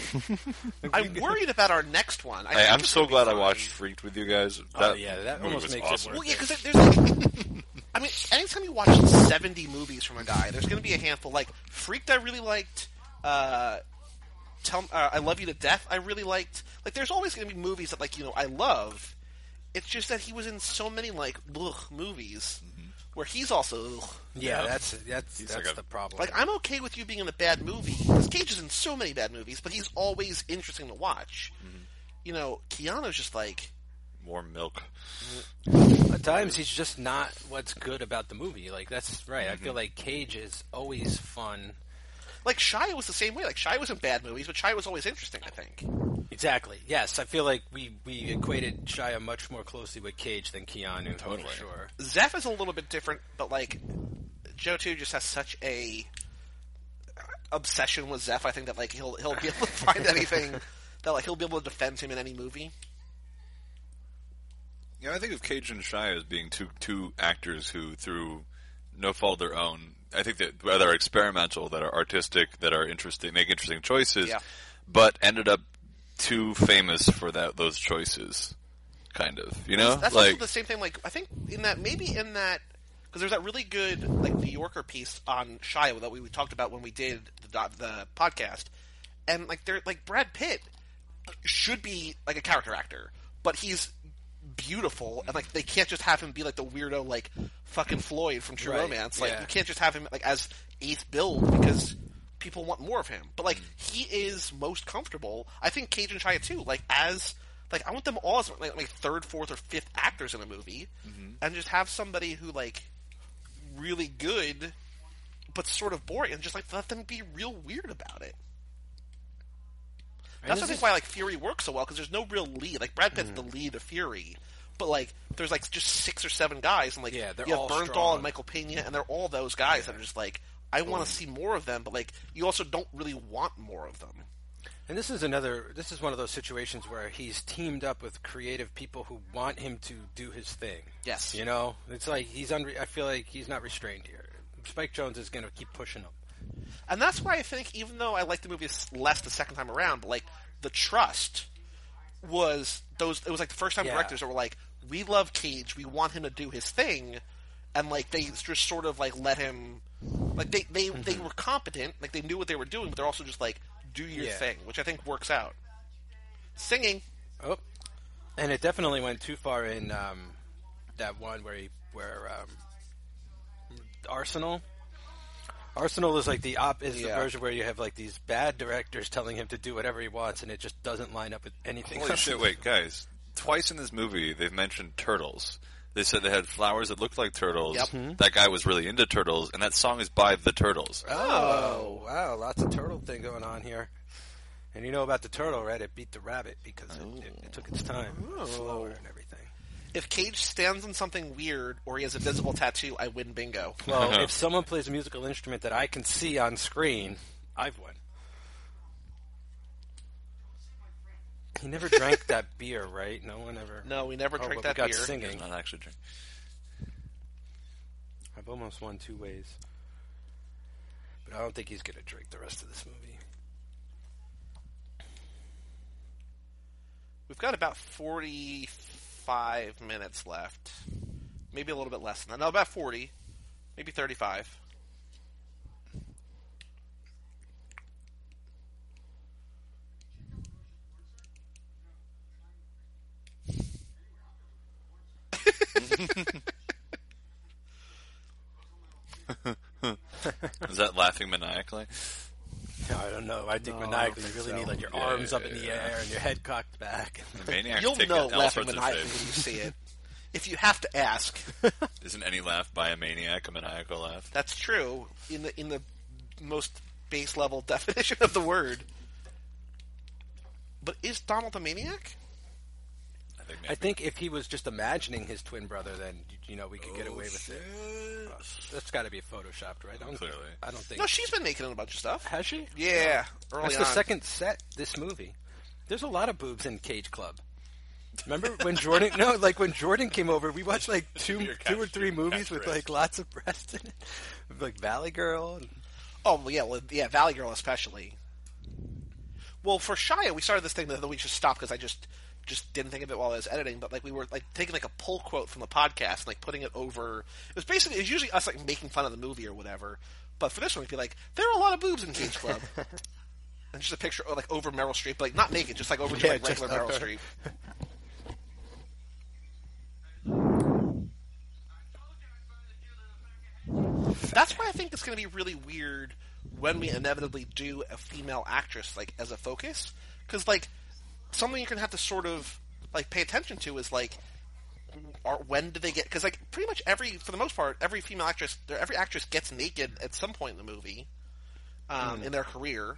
I'm worried about our next one. I Hey, think I'm it's so gonna be glad I fine. watched Freaked with you guys. Oh, yeah, that movie almost was makes it awesome. worth Well, yeah, because there's. I mean, anytime you watch 70 movies from a guy, there's going to be a handful. Like, Freaked, I really liked. Uh, Tell, uh, I Love You to Death, I really liked. Like, there's always going to be movies that, like, you know, I love. It's just that he was in so many, like, ugh, movies where he's also. ugh. yeah, Yeah. that's that's He's that's like a- the problem. Like, I'm okay with you being in a bad movie. Because Cage is in so many bad movies, but he's always interesting to watch. You know, Keanu's just like. More milk. At times, he's just not what's good about the movie. Like that's right. I Mm-hmm. feel like Cage is always fun. Like, Shia was the same way. Like, Shia was in bad movies, but Shia was always interesting, I think. Exactly. Yes, I feel like we we equated Shia much more closely with Cage than Keanu. Totally. For sure. Zeph is a little bit different, but like Joe too just has such a obsession with Zeph. I think that like he'll he'll be able to find anything that like he'll be able to defend him in any movie. Yeah, I think of Cage and Shia as being two two actors who, through no fault of their own, I think that that are experimental, that are artistic, that are interesting, make interesting choices, Yeah. but ended up too famous for that those choices, kind of. You know, That's like also the same thing. Like I think in that maybe in that because there's that really good like New Yorker piece on Shia that we, we talked about when we did the do- the podcast, and like they're like Brad Pitt should be like a character actor, but he's beautiful and like they can't just have him be like the weirdo like fucking Floyd from True Right, Romance. Like yeah. you can't just have him like as eighth build because people want more of him. But like he is most comfortable. I think Cage and Shia too. Like as like I want them all as like, like third, fourth, or fifth actors in a movie, Mm-hmm. and just have somebody who like really good, but sort of boring, and just like let them be real weird about it. That's this I think is- Mm-hmm. why like Fury works so well because there's no real lead. Like Brad Pitt's the lead of Fury, but like there's like just six or seven guys, and like Yeah, they're you all have Bernthal strong. and Michael Pena, and they're all those guys that are just like I want to see more of them, but like you also don't really want more of them. And this is another. This is one of those situations where he's teamed up with creative people who want him to do his thing. Yes. You know, it's like he's unre- I feel like he's not restrained here. Spike Jones is going to keep pushing him. And that's why I think, even though I liked the movie s- less the second time around, but like the trust was those. It was like the first time Yeah. directors that were like, "We love Cage. We want him to do his thing," and like they just sort of like let him. Like they they Mm-hmm. they were competent. Like they knew what they were doing, but they're also just like, "Do your Yeah. thing," which I think works out. Singing. Oh, and it definitely went too far in um, that one where he where um, Arsenal. Arsenal is like the op is the Yeah. version where you have like these bad directors telling him to do whatever he wants, and it just doesn't line up with anything. Holy else. shit, wait, guys. Twice in this movie, they've mentioned turtles. They said they had flowers that looked like turtles. Yep. That guy was really into turtles, and that song is by the turtles. Oh, wow, lots of turtle thing going on here. And you know about the turtle, right? It beat the rabbit because it, it, it took its time, slower and everything. If Cage stands on something weird or he has a visible tattoo, I win bingo. Well, if someone plays a musical instrument that I can see on screen, I've won. He never drank that beer, right? No one ever. No, we never Oh, drank but we that got beer. It's singing. not actually true. I've almost won two ways, but I don't think he's gonna drink the rest of this movie. We've got about 45 minutes left. Maybe a little bit less than that. No, about 40. Maybe 35. Is that laughing maniacally? No, I don't know. I No, think I don't maniacally, you think really so. need like your Yeah, arms yeah, up in the yeah. air and your head cocked back. Maniacs You'll take know it all laughing sorts of maniacally when shapes. you see it. If you have to ask, Isn't any laugh by a maniac a maniacal laugh? that's true in the in the most base level definition of the word. But is Donald a maniac? I think. I think if he was just imagining his twin brother, then you know we could get away with Oh, it. That's got to be photoshopped, right? I don't, Clearly. I don't think. No, she's been making a bunch of stuff. Has she? Yeah, early That's on. the second set. This movie. There's a lot of boobs in Cage Club. Remember when Jordan? no, like when Jordan came over, we watched like two, Your two or catch- three your movies with catchphrase. like lots of breasts in it, like Valley Girl. and- Oh well, yeah, well, yeah, Valley Girl especially. Well, for Shia, we started this thing that we just stopped because I just just didn't think of it while I was editing. But like we were like taking like a pull quote from the podcast and like putting it over. It was basically it's usually us like making fun of the movie or whatever. But for this one, we'd be like, there are a lot of boobs in Cage Club. And just a picture, like over Meryl Streep, like not naked, just like over to Yeah, like, just regular Meryl over. Streep. That's why I think it's going to be really weird when we inevitably do a female actress like as a focus, because like something you're going to have to sort of like pay attention to is like, are when do they get? Because like pretty much every, for the most part, every female actress, there- every actress gets naked at some point in the movie, um, in their career,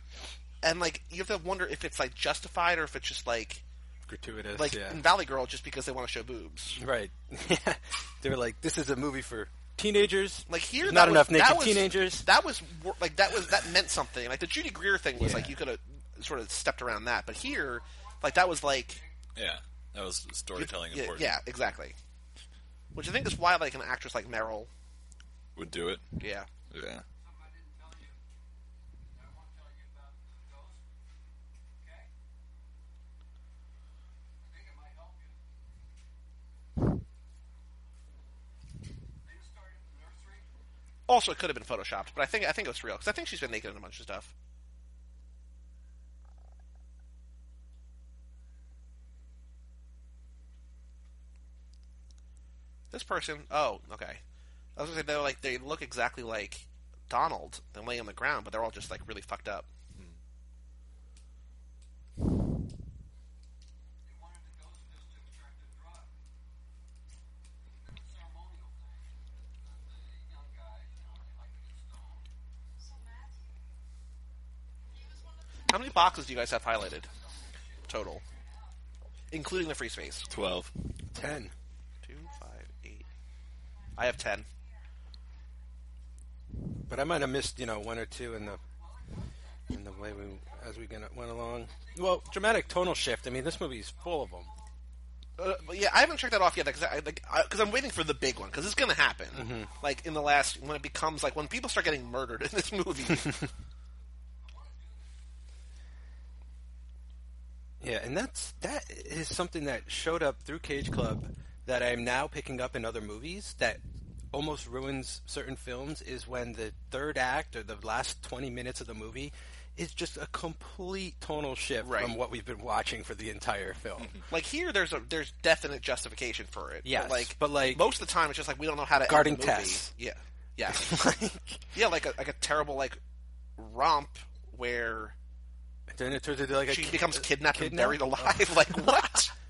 and like you have to wonder if it's like justified or if it's just like Gratuitous, like yeah. in Valley Girl just because they want to show boobs. Right. they were like, this is a movie for teenagers. Like here, that There's not was- enough that naked was- teenagers. That was wor- like that was that meant something. Like the Judy Greer thing was Yeah. like you could have sort of stepped around that, but here, like that was like Yeah, that was storytelling yeah, important. yeah, exactly. Which I think is why like an actress like Meryl, would do it. yeah, Yeah, also it could have been photoshopped, but I think I think it was real because I think she's been naked in a bunch of stuff. This person, oh, okay. I was gonna say they're like they look exactly like Donald. They're laying on the ground, but they're all just like really fucked up. How many boxes do you guys have highlighted total, including the free space? twelve. Ten. Two, five, eight. I have ten. But I might have missed, you know, one or two in the in the way we as we gonna- went along. Well, dramatic tonal shift. I mean, this movie's full of them. Uh, but yeah, I haven't checked that off yet because I, like, I, 'cause I'm waiting for the big one because it's going to happen. Mm-hmm. Like in the last when it becomes like when people start getting murdered in this movie. Yeah, and that's that is something that showed up through Cage Club that I am now picking up in other movies that almost ruins certain films is when the third act or the last 20 minutes of the movie is just a complete tonal shift Right. from what we've been watching for the entire film. like here, there's a there's definite justification for it. Yes, but like but, like- most of the time, it's just like we don't know how to end Guarding the movie. Tess. Yeah, yeah, yeah. Like a like a terrible like romp where then it turns into like a she ki- uh, becomes kidnapped, and kidnap? buried alive. like what?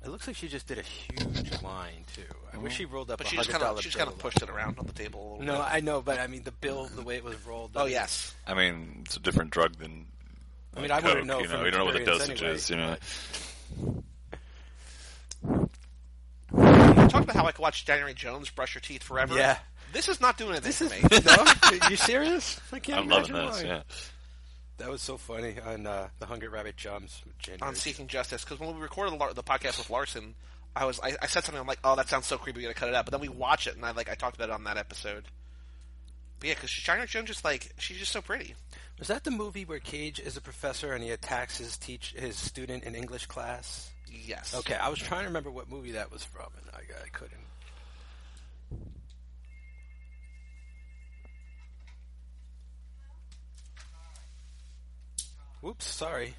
It looks like she just did a huge line too. I wish she rolled up. But a she just kind hundred of dollar she just kind of bill. pushed it around on the table. A little No, bit. I know, but I mean the bill, the way it was rolled. oh yes. I mean, it's a different drug than. I mean, like I coke, wouldn't know You from know, we don't know what the experience dosage is. You anyway, know, We talked about how I could watch January Jones brush her teeth forever. Yeah. This is not doing anything This for is me. no. You serious? I can't I'm loving imagine this. why. Yeah, That was so funny on uh, the Hungry Rabbit Jumps. with Jan on Rich. Seeking Justice because when we recorded the, lar- the podcast with Larson, I was I, I said something I'm like, oh, that sounds so creepy, we gotta cut it out. But then we watch it, and I like I talked about it on that episode. But yeah, because Shiner Jones just like she's just so pretty. Was that the movie where Cage is a professor and he attacks his teach his student in English class? Yes. Okay, I was trying to remember what movie that was from, and I, I couldn't. Whoops, sorry.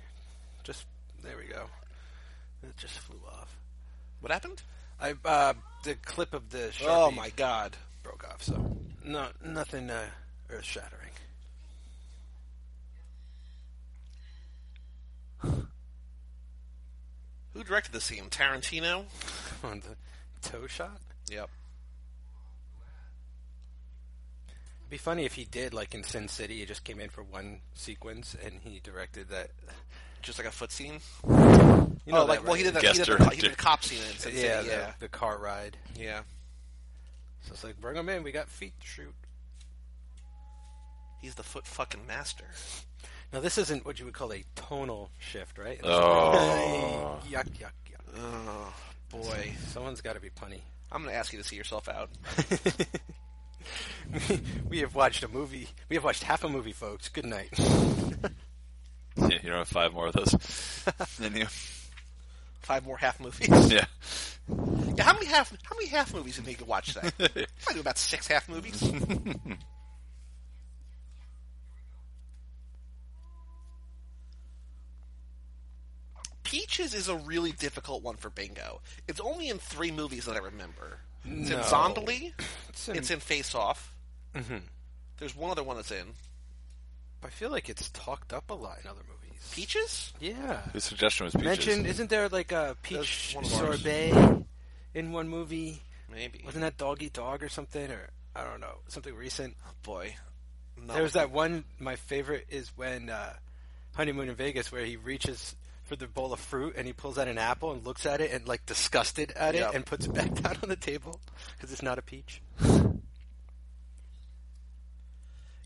Just there we go. It just flew off. What happened? I uh, the clip of the Sharpie Oh my god. broke off, so no nothing uh, earth shattering. Who directed this scene? Tarantino. On the toe shot. Yep. It'd be funny if he did like in Sin City. He just came in for one sequence and he directed that. Just like a foot scene. You know oh, that, like well, he did right? that. He did, Guest the, co- he director. did the cop scene in Sin City. yeah, Yeah. the, Yeah. the car ride. So it's like, bring him in. We got feet to shoot. He's the foot fucking master. Now this isn't what you would call a tonal shift, right? Oh. yuck, yuck, yuck. Oh boy, Someone's got to be punny. I'm going to ask you to see yourself out. we, we have watched a movie. We have watched half a movie, folks. Good night. Yeah, you don't have five more of those. Then you, Five more half movies. yeah, Yeah, how many half how many half movies did Mika watch today? I do about six half movies. Peaches is a really difficult one for bingo. It's only in three movies that I remember. It's in No. Zombie, It's in- it's in Face Off. There's one other one that's in I feel like it's talked up a lot in other movies. Peaches. Yeah. the suggestion was peaches. Mentioned, isn't there like a peach That's one of ours. sorbet in one movie? Maybe. Wasn't that Dog Eat Dog or something? Or, I don't know, something recent. Boy, Not There was that one. My favorite is when uh, honeymoon in Vegas, where he reaches for the bowl of fruit and he pulls out an apple and looks at it and like disgusted at Yep. it and puts it back down on the table because it's not a peach.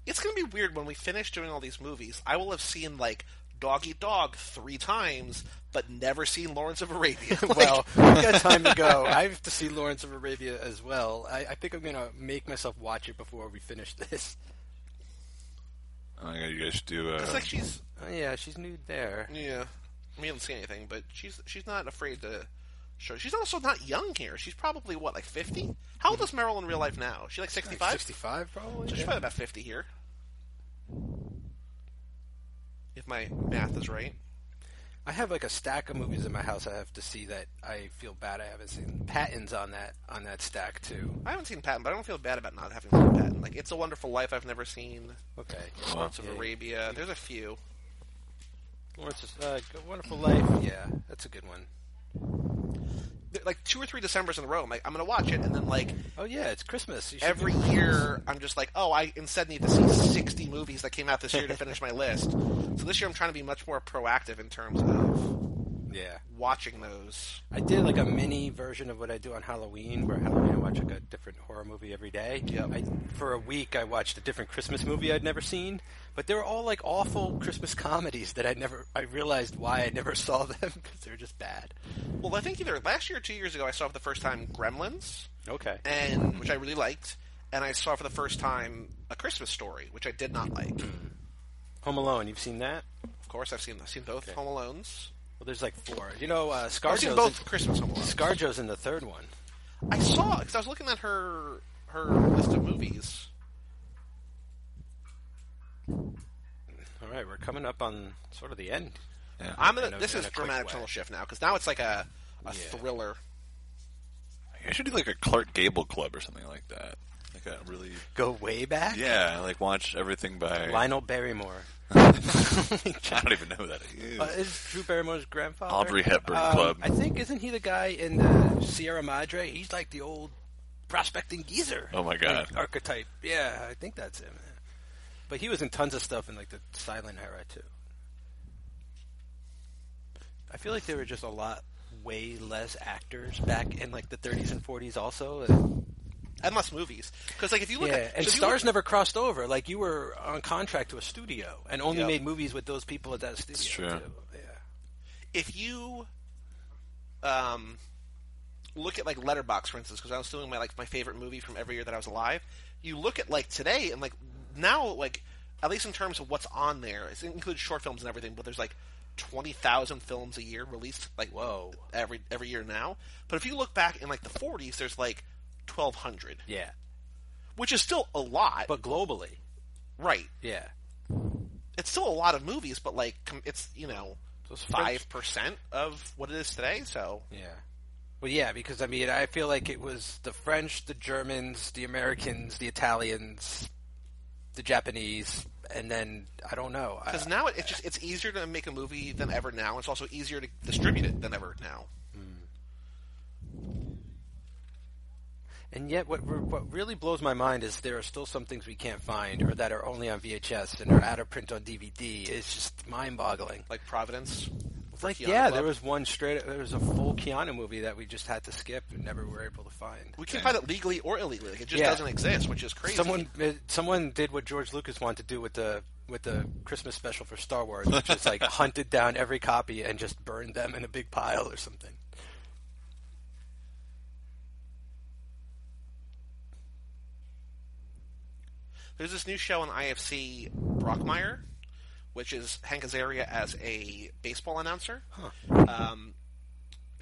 it's going to be weird when we finish doing all these movies. I will have seen like Doggy Dog three times, but never seen Lawrence of Arabia. Like, well, we've got time to go. I have to see Lawrence of Arabia as well. I, I think I'm gonna make myself watch it before we finish this. Oh my god, you guys should do. Uh, it's like she's Oh, yeah, she's nude there. yeah. We haven't seen anything, but she's she's not afraid to show. She's also not young here. She's probably what like fifty. How old is Meryl in real life now? She like sixty five. Sixty-five, probably. So she's yeah. probably about fifty here, if my math is right. I have like a stack of movies in my house I have to see that I feel bad I haven't seen. Patton's on that on that stack too. I haven't seen Patton, but I don't feel bad about not having seen Patton. Like It's a Wonderful Life. I've never seen Okay. Lawrence of Yeah. Arabia. There's a few. Lawrence is uh, Good Wonderful Life. Yeah, that's a good one. th- like two or three Decembers in a row. I'm like, I'm gonna watch it, and then like Oh yeah, it's Christmas. You should every do- year, I'm just like, oh, I instead need to see 60 movies that came out this year to finish my list. So this year, I'm trying to be much more proactive in terms of yeah, watching those. I did like a mini version of what I do on Halloween, where Halloween I watch like a different horror movie every day. Yep. I, for a week I watched a different Christmas movie I'd never seen, but they were all like awful Christmas comedies that I never. I realized why I never saw them because they were just bad. Well, I think either last year or two years ago, I saw for the first time Gremlins, Okay. and which I really liked, and I saw for the first time A Christmas Story, which I did not like. Home Alone, you've seen that? Of course, I've seen I've seen both Okay. Home Alones. Well, there's like four. You know, uh, I've Scarjo's seen in, both Christmas Home Alones. Scarjo's in the third one. I saw because I was looking at her her list of movies. All right, we're coming up on sort of the end. yeah. I'm gonna. in a- this in is a quick dramatic way. tonal shift now because now it's like a, a Yeah. thriller. I should do like a Clark Gable club or something like that. Like a really, Go way back. yeah, like watch everything by. Lionel Barrymore. I don't even know who that is. Uh, is Drew Barrymore's grandfather? Audrey Hepburn Um, Club. I think isn't he the guy in uh, Sierra Madre? He's like the old prospecting geezer. Oh, my God. Like, archetype. Yeah, I think that's him. But he was in tons of stuff in like the silent era too. I feel like there were just a lot way less actors back in like the 30s and 40s also. Endless movies because like if you look Yeah, at and so if you stars look- never crossed over. Like you were on contract to a studio and only Yep. made movies with those people at that studio. true. Too. Yeah. if you um look at like Letterbox for instance because I was doing my like my favorite movie from every year that I was alive. You look at like today and like now like at least in terms of what's on there, it includes short films and everything, but there's like twenty thousand films a year released like Whoa. every every year now. But if you look back in like the 40s, there's like 1200, Yeah. which is still a lot, But globally, right? yeah. it's still a lot of movies, but like com- it's you know Those five percent of what it is today. So Yeah. Well, yeah, because I mean, I feel like it was the French, the Germans, the Americans, the Italians, the Japanese, and then I don't know. I, because now it, it's just it's easier to make a movie than ever now. It's also easier to distribute it than ever now. and yet, what re- what really blows my mind is there are still some things we can't find, or that are only on VHS and are out of print on DVD. It's just mind boggling. Like Providence, It's like, Keanu yeah, Club. there was one straight. There was a full Keanu movie that we just had to skip and never were able to find. we can find it legally or illegally. Like, it just Yeah. doesn't exist, which is crazy. Someone uh, someone did what George Lucas wanted to do with the with the Christmas special for Star Wars, which is like hunted down every copy and just burned them in a big pile or something. There's this new show on IFC, Brockmire, which is Hank Azaria as a baseball announcer. Um,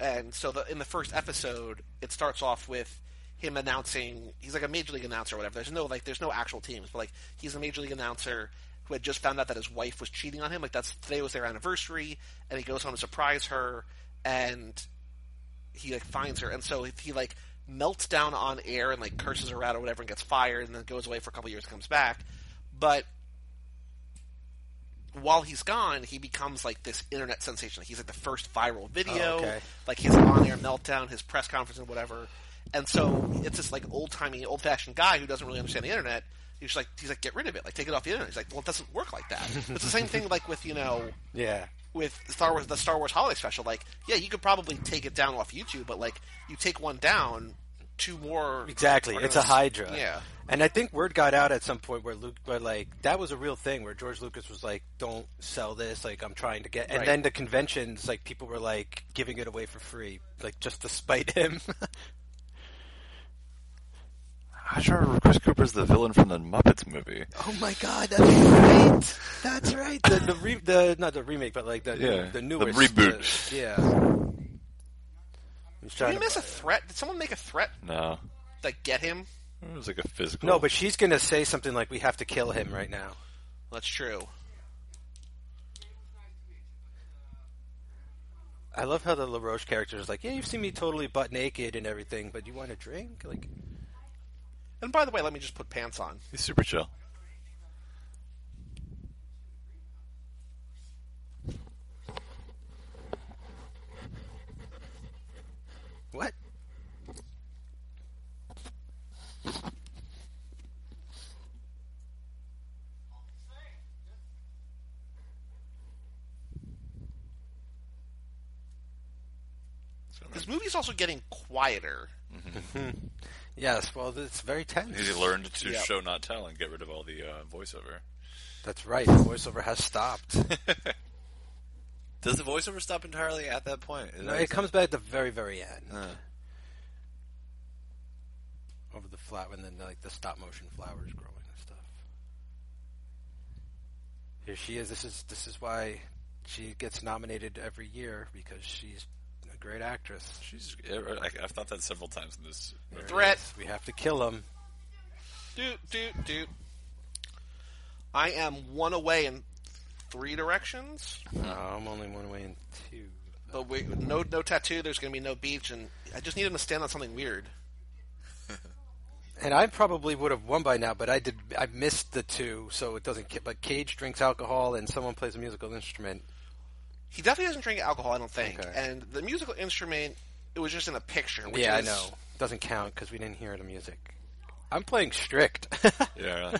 and so the, in the first episode, it starts off with him announcing. He's like a major league announcer or whatever. There's no like, there's no actual teams, but like he's a major league announcer who had just found out that his wife was cheating on him. Like that's today was their anniversary, and he goes home to surprise her, and he like finds her, and so if he like melts down on air and like curses her out or whatever, and gets fired, and then goes away for a couple years, and comes back, but while he's gone, he becomes like this internet sensation. Like, he's like the first viral video, Oh, okay. like his on-air meltdown, his press conference, and whatever. And so it's this like old-timey, old-fashioned guy who doesn't really understand the internet. He's like, he's like, get rid of it, like take it off the internet. He's like, well, it doesn't work like that. it's the same thing like with you know Yeah. with Star Wars, the Star Wars holiday special. Like, yeah, you could probably take it down off YouTube, but like you take one down, two more Exactly. are It's a gonna- Hydra. Yeah. And I think word got out at some point where Luke, where like that was a real thing where George Lucas was like, "Don't sell this." Like I'm trying to get, and Right. then the conventions, like people were like giving it away for free, like just to spite him. I just remember Chris Cooper's the villain from the Muppets movie. oh my god, that's right. That's right. The the, re- the not the remake, but like the Yeah. the The newest reboot. the- yeah. He's Did trying we to- miss a threat? Did someone make a threat No, like get him? it was like a physical. no, but she's gonna say something like, "We have to kill him right now." That's true. I love how the LaRoche character is like, yeah, you've seen me totally butt naked and everything, but you want a drink? Like, And by the way, let me just put pants on. he's super chill. what? This movie's also getting quieter. Yes, well, it's very tense. He learned to Yeah. show not tell and get rid of all the uh, voiceover. That's right. The voiceover has stopped. Does the voiceover stop entirely at that point? Is No, that- it comes back at the very, very end. Uh. Over the flat, and then like the stop motion flowers growing and stuff. Here she is. This is this is why she gets nominated every year because she's a great actress. She's, I, I've thought that several times in this. movie. Threat. We have to kill him. Doot doot doot. I am one away in three directions, No, Oh, I'm only one way in two. but we, no no tattoo. There's going to be no beach, and I just need him to stand on something weird. And I probably would have won by now, but I did. I missed the two, so it doesn't. ca- But Cage drinks alcohol, and someone plays a musical instrument. He definitely doesn't drink alcohol, I don't think. Okay. And the musical instrument, it was just in a picture. Which yeah, is, I know. Doesn't count because we didn't hear the music. I'm playing strict. Yeah. really.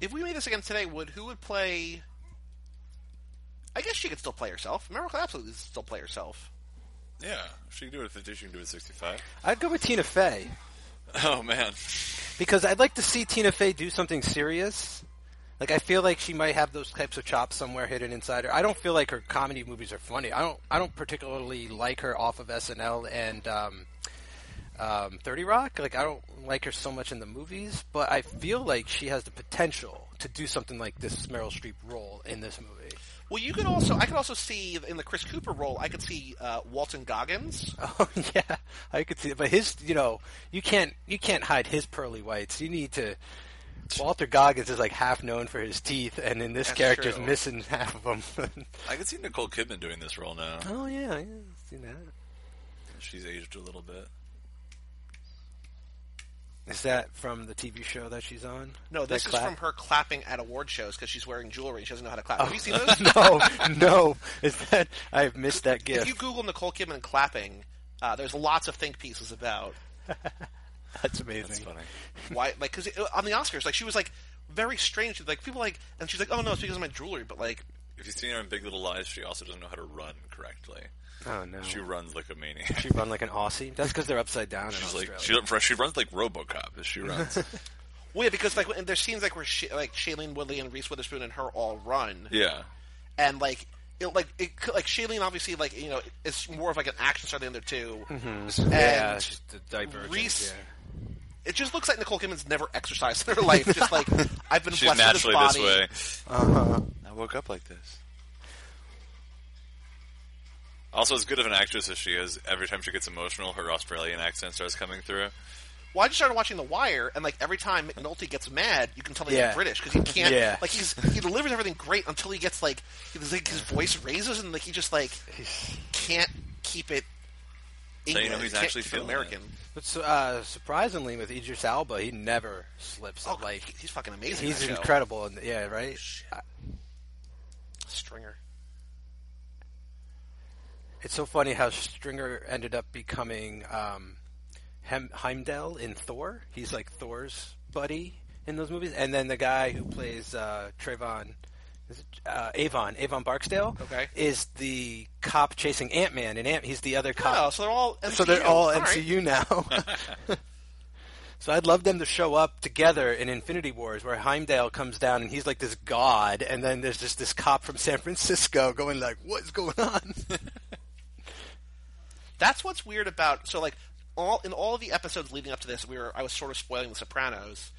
If we made this again today, would who would play? I guess she could still play herself. Miracle absolutely could still play herself. yeah. If she can do it at 50, she can do it at 65. I'd go with Tina Fey Oh, man. because I'd like to see Tina Fey do something serious. Like I feel like she might have those types of chops somewhere hidden inside her. I don't feel like her comedy movies are funny. I don't. I don't particularly like her off of SNL and um, um, Thirty Rock. Like I don't like her so much in the movies, but I feel like she has the potential to do something like this Meryl Streep role in this movie. Well, you could also I could also see in the Chris Cooper role, I could see uh, Walton Goggins. Oh yeah, I could see. it. But his, you know, you can't you can't hide his pearly whites. You need to. Walter Goggins is like half known for his teeth, and in this That's character's true. missing half of them. I could see Nicole Kidman doing this role now. oh yeah, yeah, see that. She's aged a little bit. Is that from the TV show that she's on? No, this That is clap? from her clapping at award shows because she's wearing jewelry and she doesn't know how to clap. Have you seen Oh. those? no, no. Is that I've missed that If gift. you Google Nicole Kidman and clapping, uh, there's lots of think pieces about That's amazing. why like because on the oscars like she was like very strange like people like and she's like oh no it's because of my jewelry but like If you've seen her in Big Little Lies, she also doesn't know how to run correctly. Oh no, She she, runs like a maniac. run like an Aussie. That's because they're upside down. in She's Australia. like she, she runs like RoboCop as she runs. well yeah because like and there's scenes like where Sh- like shailene woodley and reese witherspoon and her all run yeah, and like you know, like it, could- like Shailene obviously like you know it's more of like an action star than the 2 Mm-hmm. and yeah, it's just a divergence. Reese- yeah. it just looks like Nicole Kidman's never exercised in her life. Just like I've been She's blessed with this naturally this body. way. Uh-huh. I woke up like this. Also, as good of an actress as she is, every time she gets emotional, her Australian accent starts coming through. Well, I just started watching The Wire, and like every time McNulty gets mad, you can tell that Yeah. he's British because he can't. Yeah. Like he's he delivers everything great until he gets like, he's, like his voice raises and like he just like can't keep it. you know English, he's can't actually keep it feeling American. But su- uh, surprisingly, with Idris Alba, he never slips. Oh, like he's fucking amazing. he's in that show. incredible. And yeah, right. Uh, Stringer. It's so funny how Stringer ended up becoming um, Hem- Heimdall in Thor. He's like Thor's buddy in those movies, and then the guy who plays uh, Trayvon, is it, uh, Avon, Avon Barksdale, Okay. is the cop chasing Ant Man, and Ant he's the other Oh, cop. so they're all MCU. so they're all right. MCU now. so I'd love them to show up together in Infinity Wars, where Heimdall comes down and he's like this god, and then there's just this cop from San Francisco going like, "What's going on?" That's what's weird about so like all in all of the episodes leading up to this, we were I was sort of spoiling The Sopranos.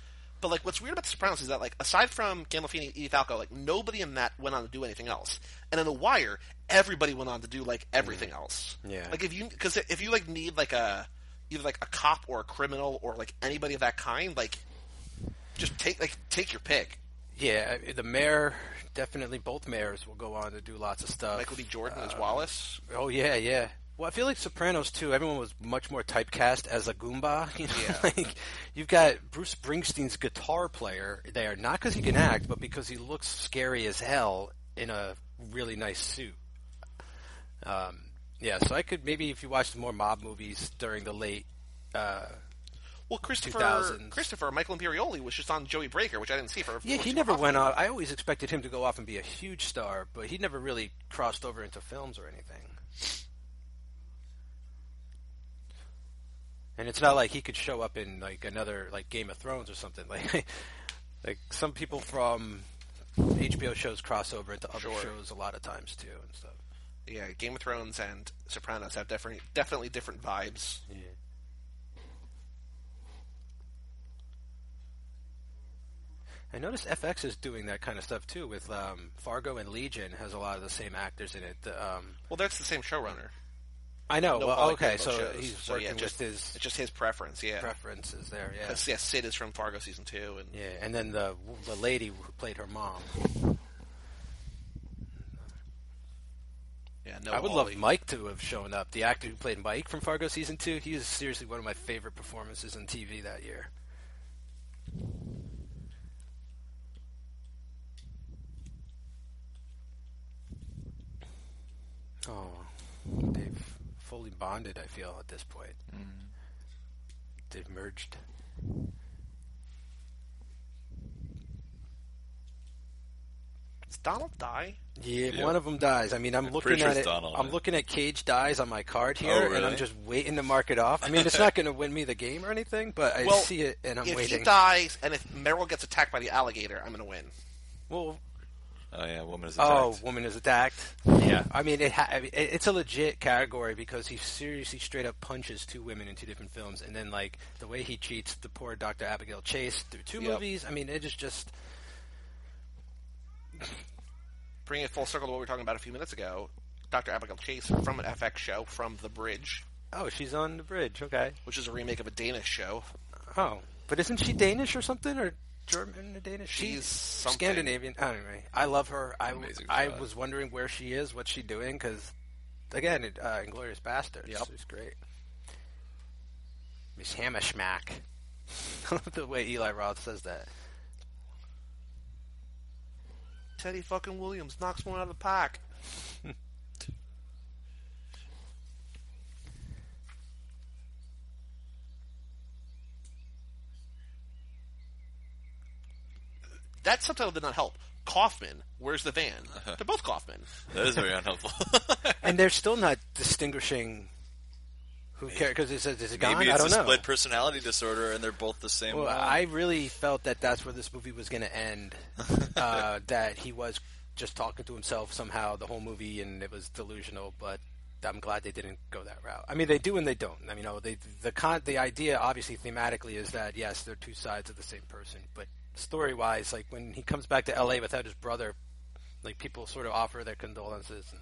But like what's weird about The Sopranos is that like aside from Gandolfini and Edith Alco, like nobody in that went on to do anything else. And in The Wire, everybody went on to do like everything else. Mm. Yeah. Like if you because if you like need like a either like a cop or a criminal or like anybody of that kind, like just take like take your pick. Yeah, I- the mayor definitely. Both mayors will go on to do lots of stuff. Michael B. Jordan as Wallace. Oh yeah, yeah. Well, I feel like Sopranos too. Everyone was much more typecast as a goomba. You know, Yeah. like you've got Bruce Springsteen's guitar player there, not because he can act, but because he looks scary as hell in a really nice suit. Um, yeah, so I could maybe if you watched more mob movies during the late. Uh, Well, Christopher 2000s. Christopher Michael Imperioli was just on Joey Breaker, which I didn't see for. yeah, for he too never long. went off. I always expected him to go off and be a huge star, but he never really crossed over into films or anything. And it's not like he could show up in like another like Game of Thrones or something. Like, like some people from HBO shows cross over into other shows a lot of times too and stuff. yeah, Game of Thrones and Sopranos have different, definitely different vibes. I noticed FX is doing that kind of stuff too with um, Fargo and Legion has a lot of the same actors in it. The, Um, Well, that's the same showrunner. I know. No well, Polly okay, Crumbo so shows. he's So, working yeah, just- with his It's just his preference, yeah. preferences there. Yeah, 'Cause, yeah, Sid is from Fargo season two, and yeah. And then the the lady who played her mom. yeah, no. I would Ollie. love Mike to have shown up. The actor who played Mike from Fargo season two. He is seriously one of my favorite performances on TV that year. Oh, they've fully bonded. I feel at this point. They've merged. Does Donald die? Yeah, Yeah. one of them dies. I mean, I'm looking pretty sure at it. it's Donald, I'm yeah. looking at Cage dies on my card here, and I'm really? just waiting to mark it off. I mean, it's not going to win me the game or anything, but I Well, see it and I'm if waiting. he dies, and if Meryl gets attacked by the alligator, I'm gonna win. well, Oh yeah, woman is attacked. oh, woman is attacked. Yeah, I mean, it ha- I mean, it- it's a legit category because he seriously straight up punches two women in two different films, and then like the way he cheats the poor Dr. Abigail Chase through two Yep. movies. I mean, it is just Bring it full circle to what we were talking about a few minutes ago. Dr. Abigail Chase from an FX show, from The Bridge, oh, she's on the bridge. Okay. which is a remake of a Danish show. Oh, but isn't she Danish or something or German or Danish? She's something. Scandinavian. Anyway, I love her. I, Amazing I shot. was wondering where she is, what's she doing? Because again, it, uh, Inglorious Bastards. Yep. She's great. Miss Hammerschmack. I love the way Eli Roth says that. Teddy fucking Williams knocks one out of the pack. that subtitle did not help. Kaufman, where's the van? They're both Kaufman. That is very unhelpful. And they're still not distinguishing who characters. Because it says is it gone? Maybe I it's don't a know. split personality disorder, and they're both the same. Well, one. I really felt that that's where this movie was going to end. Uh, that he was just talking to himself somehow the whole movie, and it was delusional. But I'm glad they didn't go that route. I mean, they do and they don't. I mean, oh, they the con the idea obviously thematically is that yes, they're two sides of the same person, but story wise, like when he comes back to L.A. without his brother, like people sort of offer their condolences. And,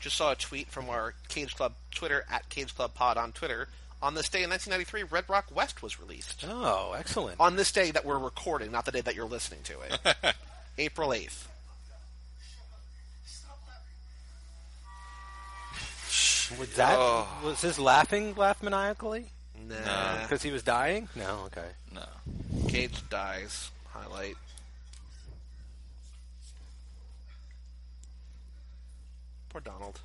Just saw a tweet from our Cage Club Twitter at Cage Club Pod on Twitter. On this day in 1993, Red Rock West was released. oh, excellent. On this day that we're recording, not the day that you're listening to it. April 8th. Was that Oh. was his laughing laugh maniacally Nah. because he was dying? No, okay. No. Cage dies. Highlight. Poor Donald.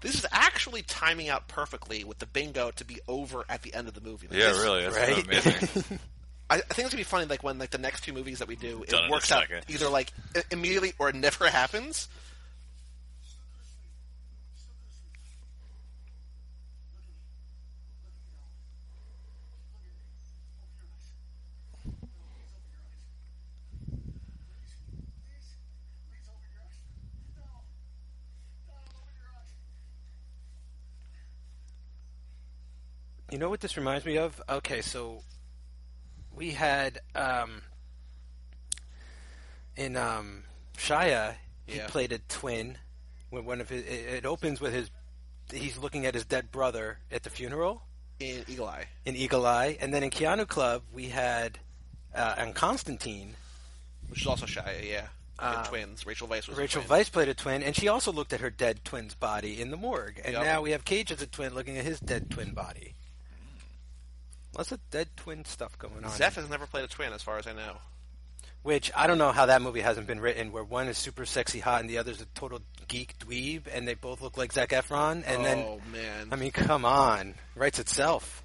This is actually timing out perfectly with the bingo to be over at the end of the movie. Like, Yeah, this- really. That's Right? amazing. I, I think it's gonna be funny. Like when like the next two movies that we do, Done in it a works out second. either like i- immediately or it never happens. You know what this reminds me of? Okay, so we had um, in um, Shia, he Yeah. played a twin. When one of his, it, it opens with his, he's looking at his dead brother at the funeral In Eagle Eye, in Eagle Eye, and then in Keanu Club we had uh, and Constantine. which is also Shia, yeah, And twins. Rachel Weisz was a Um, Rachel twin. Vice played a twin, and she also looked at her dead twin's body in the morgue. And Yep. now we have Cage as a twin looking at his dead twin body. Lots of dead twin stuff going on. Zeph has never played a twin, as far as I know. Which I don't know how that movie hasn't been written, where one is super sexy hot and the other's a total geek dweeb, and they both look like Zac Efron. And then, oh man, I mean, come on, writes itself.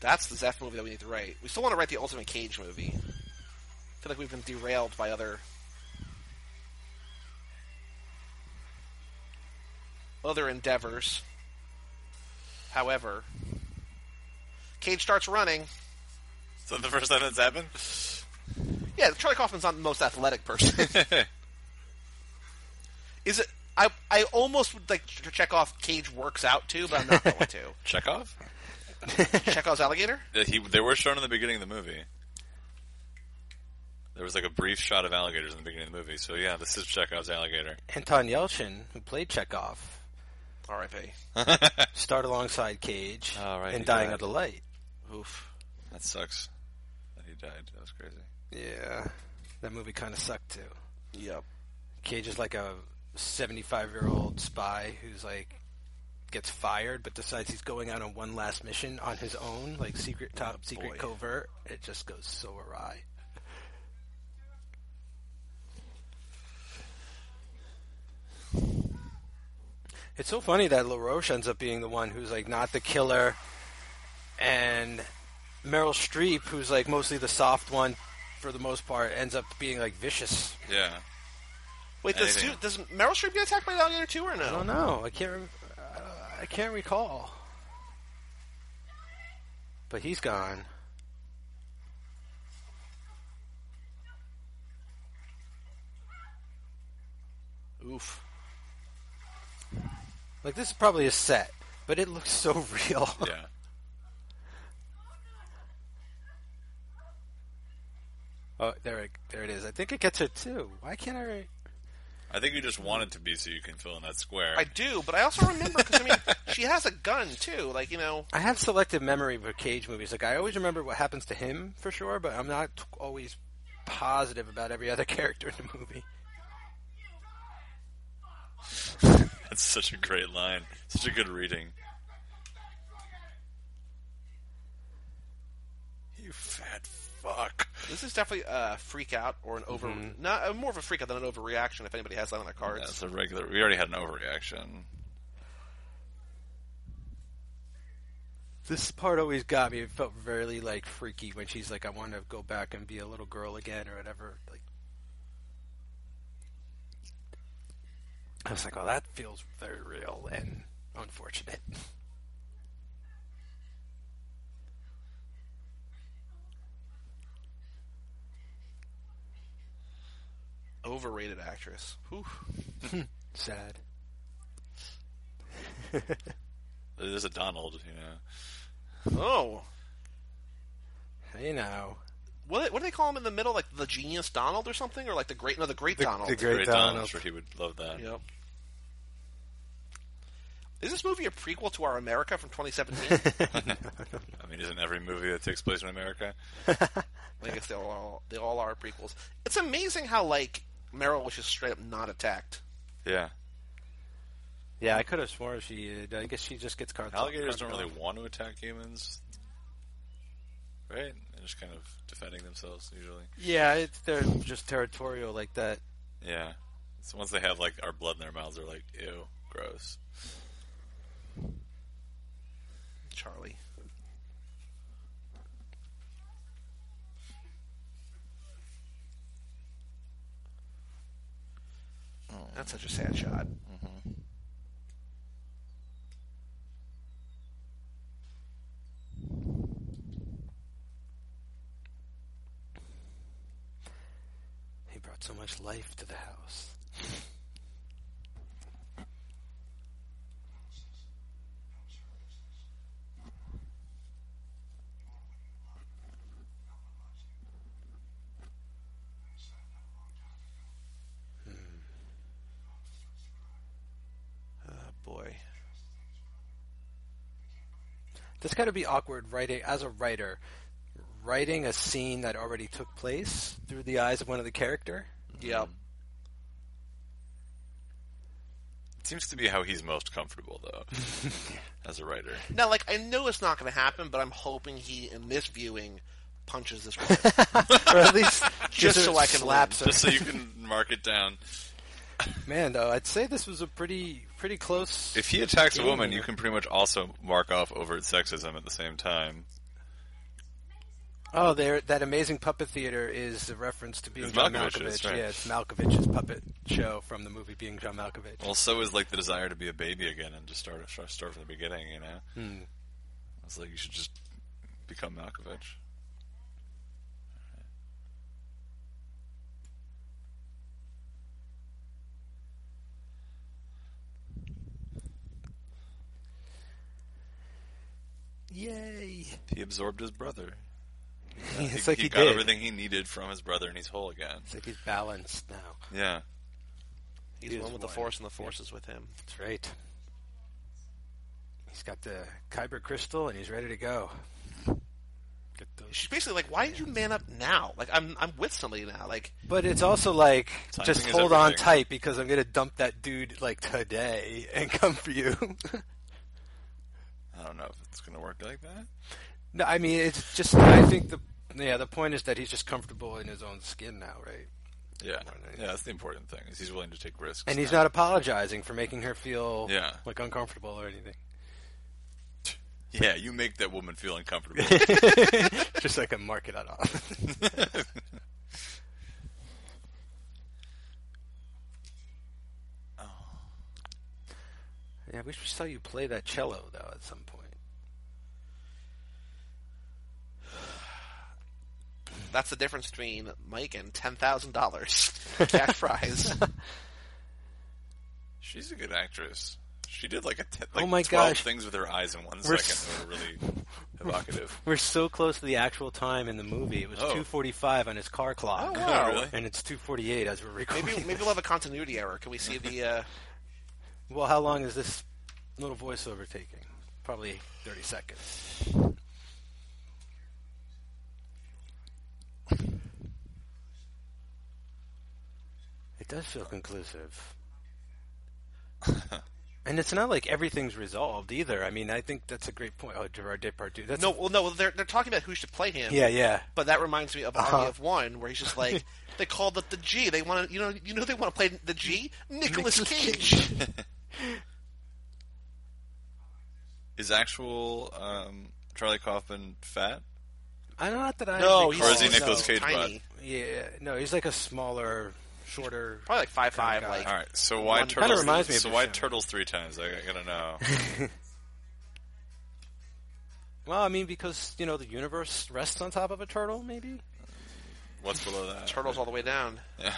that's the Zeph movie that we need to write. We still want to write the Ultimate Cage movie. I feel like we've been derailed by other other endeavors. However, Cage starts running. Is that the first time that's happened? Yeah, Charlie Kaufman's not the most athletic person. Is it? I I almost would like to check off Cage works out too, but I'm not going to. Chekhov? Chekhov's alligator. That He, they were shown in the beginning of the movie. There was like a brief shot of alligators in the beginning of the movie. So yeah, this is Chekhov's alligator. Anton Yelchin, who played Chekhov, R.I.P. starred alongside Cage Oh, right, in he Dying died. of the Light. Oof. That sucks. That he died. That was crazy. Yeah, that movie kind of sucked too. Yep. Cage is like a 75 year old spy who's like gets fired but decides he's going out on one last mission on his own, like secret top secret boy. covert. It just goes so awry. It's so funny that LaRoche ends up being the one who's like not the killer and Meryl Streep, who's like mostly the soft one for the most part, ends up being like vicious Yeah. Wait, does, Anything. Su- does Meryl Streep get attacked by an alligator too, or no? I don't know. I can't. Rem- uh, I can't recall. But he's gone. Oof. Like this is probably a set, but it looks so real. Yeah. oh, there it there it is. I think it gets it too. Why can't I? Re- I think you just want it to be so you can fill in that square. I do, but I also remember because I mean, she has a gun too. Like you know, I have selective memory for Cage movies. Like I always remember what happens to him for sure, but I'm not t- always positive about every other character in the movie. That's such a great line. Such a good reading. You fat Fuck. This is definitely a freak out or an over, not uh, more of a freak out than an overreaction. If anybody has that on their cards, That's a regular. We already had an overreaction. This part always got me. It felt really like freaky when she's like, "I want to go back and be a little girl again" or whatever. Like, I was like, "Oh, that feels very real and unfortunate." overrated actress. Whew. Sad. There's a Donald, you know. Oh, You know, what, what do they call him in the middle? Like the genius Donald or something, or like the great, no, the great Donald. the great, Great Donald. I'm Donald. sure he would love that. Yep. Is this movie a prequel to Our America from 2017? I mean, isn't every movie that takes place in America? I guess they all they all are prequels. It's amazing how like Meryl was just straight up not attacked. Yeah. Yeah, I could have sworn she. I guess she just gets caught. Alligators don't caught- really want to attack humans, right? They're just kind of defending themselves usually. Yeah, it's, they're just territorial like that. Yeah. So once they have like our blood in their mouths, they're like, ew, gross. Charlie. That's such a sad shot. He brought so much life to the house. Hmm. Ah, Oh boy. That's got to be awkward writing as a writer, writing a scene that already took place through the eyes of one of the character. Yep. It seems to be how he's most comfortable though, as a writer. Now, like I know it's not going to happen, but I'm hoping he in this viewing punches this woman. or at least Just so I can lapse. Just so you can mark it down. Man, though, I'd say this was a pretty pretty close. If he attacks a woman, you can pretty much also mark off overt sexism at the same time. Oh, there that amazing puppet theater is a reference to being It's John Malkovich, Malkovich. that's right. Yeah, it's Malkovich's puppet show from the movie Being John Malkovich. Well, so is like the desire to be a baby again and just start start, start from the beginning, you know. Hmm. It's like you should just become Malkovich. Yay! He absorbed his brother. it's like he, he, got did. everything he needed from his brother, and he's whole again. It's like he's balanced now. Yeah, He's He is one with one. the force, and the force is with him. That's right. He's got the Kyber crystal and he's ready to go. Get those. She's basically like, "Why did you man up now? Like, I'm I'm with somebody now. Like, But it's also like Timing just is hold on everything. tight because I'm gonna dump that dude like today and come for you. I don't know if it's gonna work like that. no, I mean it's just I think the yeah the point is that he's just comfortable in his own skin now, right? Yeah, yeah, that's the important thing. Is he's willing to take risks, And he's now. not apologizing for making her feel Yeah. like uncomfortable or anything. Yeah, you make that woman feel uncomfortable. just like a mark it on. Yeah, I wish we saw you play that cello though at some point. that's the difference between Mike and ten thousand dollars cash prize." She's a good actress. She did like a t- like Oh my 12 gosh. things with her eyes in one We're second that were really evocative. We're so close to the actual time in the movie. It was Oh. 2:45 on his car clock. Oh, wow. really? And it's 2:48 as we're recording. Maybe maybe we'll have a continuity error. Can we see the? Uh... Well, how long is this little voiceover taking? Probably 30 seconds. It does feel conclusive. And it's not like everything's resolved either. I mean, I think that's a great point. Oh, Gerard Depardieu. That's No, well, no, they're they're talking about who should play him. Yeah, Uh-huh. yeah. But that reminds me of Army of One, where he's just like they called up the G. They want to, you know, you know, who they want to play the G. Nicholas Cage. Is actual um, Charlie Kaufman fat? I don't know that no, I. recall, Oh, he's Or is he no. Nicolas Cage Tiny, Yeah, no, he's like a smaller, shorter. probably like five five. Kinda Like All right, so why One- turtles? Kinda reminds me of so the why show. turtles three times? I I gotta know. Well, I mean, because you know the universe rests on top of a turtle, maybe. What's below that? turtles all the way down. Yeah.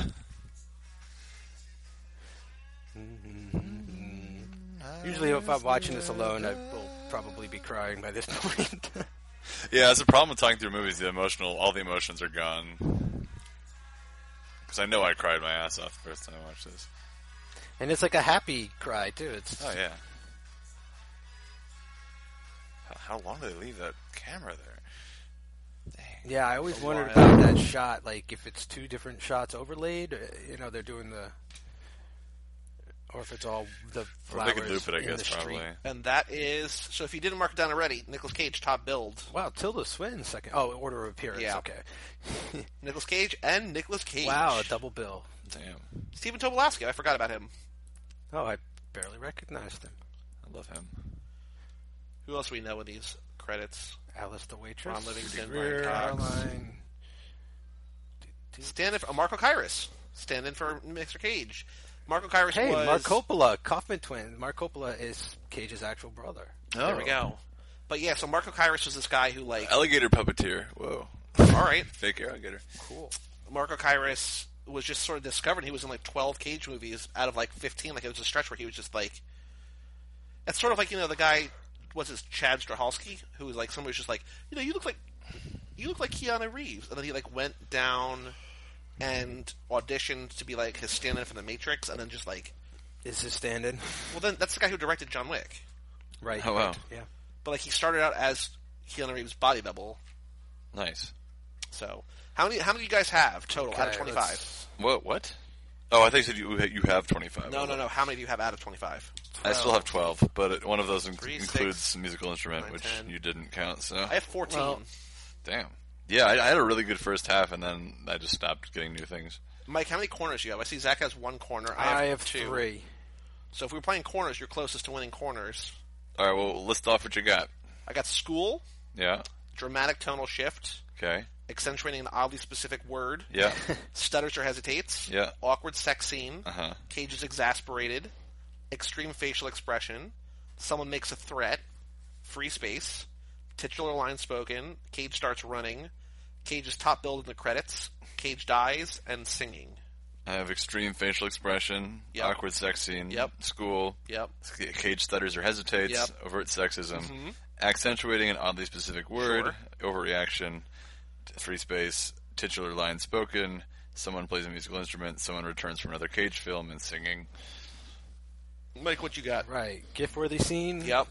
Usually, if I'm watching this alone, I will probably be crying by this point. Yeah, that's the problem with talking through movies. The emotional, all the emotions are gone. Because I know I cried my ass off the first time I watched this. and it's like a happy cry too. It's Oh yeah. How, how long do they leave that camera there? yeah. I always wondered while. about that shot, like if it's two different shots overlaid. uh, You know, they're doing the, or if it's all the Or flowers they could loop it, I in the guess, street. probably. And that is so. If you didn't mark it down already, Nicholas Cage top build. Wow, Tilda Swinton second. Oh, order of appearance. Yeah. Okay. Nicholas Cage and Nicholas Cage. Wow, a double bill. Damn, Stephen Tobolowsky. I forgot about him. Oh, I barely recognized him. I love him. Who else do we know in these credits? Alice the waitress. Ron Livingston, Greer, Brian Cox. Caroline. Stand in for Marco Kairos. Stand in for Mr. Cage. Marco Kairos Hey, was. Mark Coppola, Kaufman twins. Mark Coppola is Cage's actual brother. Oh. There we go. But yeah, so Marco Kairos was this guy who like. Alligator puppeteer. Whoa. All right, Fake alligator. Cool. Marco Kairos was just sort of discovered. He was in like twelve Cage movies out of like fifteen. Like it was a stretch where he was just like. It's sort of like you know the guy was his Chad Strahalski who was like somebody was just like you know you look like you look like Keanu Reeves and then he like went down and auditioned to be like his stand-in for The Matrix and then just like Is his stand-in? well then that's the guy who directed John Wick Right. Oh, wow. right, Yeah. but like he started out as Keanu Reeves body double Nice. so how many how many do you guys have total out of Okay, twenty five let's- What? What? Oh, I think you said you you have twenty five. no no no how many do you have out of twenty five I still have twelve, but it- one of those in- Three, includes six, musical instrument, nine, which ten. you didn't count. So I have fourteen. Well- damn. Yeah, I, I had a really good first half, and then I just stopped getting new things. Mike, how many corners do you have? I see Zach has one corner. I have, I have two. three. So if we were playing corners, you're closest to winning corners. All right, well, list off what you got. I got school, Yeah. dramatic tonal shift, Okay. accentuating an oddly specific word, Yeah. stutters or hesitates, Yeah. awkward sex scene, Uh huh. Cage is exasperated, extreme facial expression, someone makes a threat, free space, titular line spoken, Cage starts running, Cage is top billed in the credits, Cage dies, and singing. I have extreme facial expression, Yep. awkward sex scene, Yep. school, Yep. cage stutters or hesitates, Yep. Mm-hmm. overt sexism, accentuating an oddly specific word, overreaction, t- free space, titular line spoken, someone plays a musical instrument, someone returns from another cage film and singing. Mike, what you got? Right. Gift-worthy scene. Yep.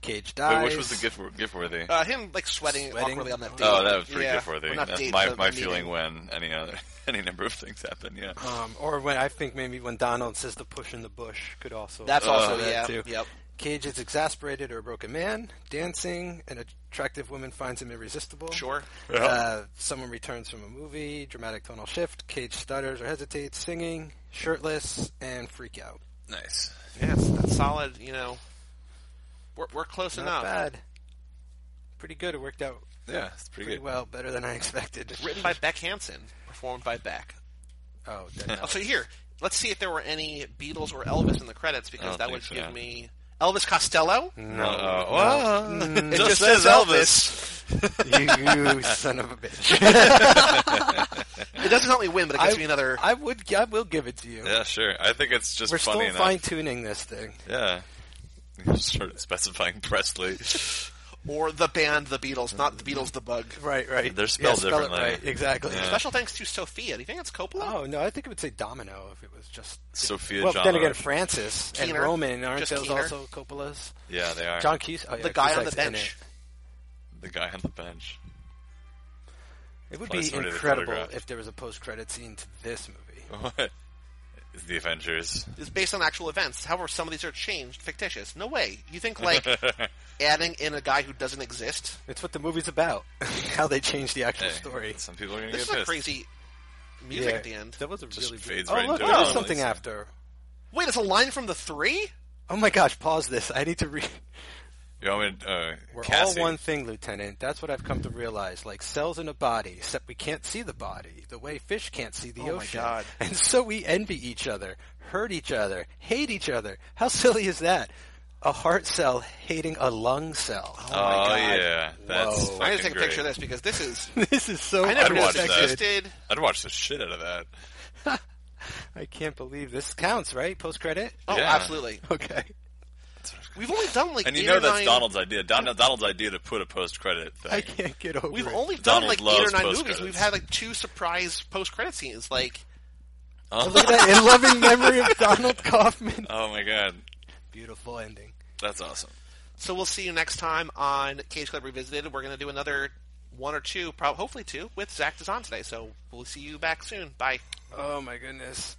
Cage Wait, dies. which was the gift gift worthy? Uh, him like sweating, Sweating? awkwardly on that date. oh, that was pretty yeah. gift worthy. Well, not That's date, my the my meeting. feeling when any other any number of things happen. Yeah. Um, or when I think maybe when Donald says the push in the bush could also That's also that yeah. too. Yep. Cage is exasperated or a broken man, dancing, an attractive woman finds him irresistible. Sure. Uh, someone returns from a movie, dramatic tonal shift, Cage stutters or hesitates, singing, shirtless, and freak out. Nice. Yes, that's solid. You know, we're we're close Not enough. bad. Pretty good. It worked out Yeah, it's pretty, pretty good. well, better than I expected. Written by Beck Hansen, performed by Beck. Oh, then, Oh, so here, let's see if there were any Beatles or Elvis in the credits I because don't that think would so. give me Elvis Costello. No, uh, well, It just, says Elvis. you, you son of a bitch. It doesn't help me win, but it gives I- me another. I would. I will give it to you. Yeah, sure. I think it's just We're funny still enough. fine tuning this thing. Yeah. You started specifying Presley. or the band, the Beatles, not the Beatles, the Bug. Right, right. They're spelled yeah, spell differently. It right, exactly. Special thanks to Sophia. Do you think it's Coppola? Oh no, I think it would say Domino if it was just. Sophia well, John. then again, Francis and Keener. Roman aren't Just those Keener. also Coppola's? yeah, they are. John Cus- oh, yeah, the guy on the Cusack's in bench. The guy on the bench. It, It would Probably be somebody they incredible photographed. if there was a post-credit scene to this movie. What? is the Avengers. It's based on actual events. However, some of these are changed, fictitious. No way. You think like adding in a guy who doesn't exist? It's what the movie's about. How they changed the actual Hey, story. Some people are gonna This is get a pissed. crazy music at the end. That was a Just really fades oh, right look, into there it. is something Nice. after. Wait, it's a line from the three? Oh my gosh, pause this. I need to read. You want me to, uh, We're Cassie? all one thing, Lieutenant. That's what I've come to realize. Like cells in a body, except we can't see the body, the way fish can't see the Oh my ocean. God. And so we envy each other, hurt each other, hate each other. How silly is that? A heart cell hating a lung cell. Oh, yeah, that's. Whoa. I need to take a fucking picture of great. this because this is This is so I never I'd knew watch this that. unexpected. existed. I'd watch the shit out of that. I can't believe this counts, right? Post credit? Oh, Yeah. absolutely. Okay. We've only done like And you eight know or that's nine- Donald's idea. Don- Donald's idea to put a post credit thing. I can't get over We've it. only Donald done like eight or loves nine movies. post-credits. We've had like two surprise post credit scenes. Like Oh, Look at that in loving memory of Donald Kaufman. oh my god, Beautiful ending. that's awesome. so we'll see you next time on Cage Club Revisited. We're gonna do another one or two, probably hopefully two, with Zach Dazan today. So we'll see you back soon. Bye. Oh my goodness.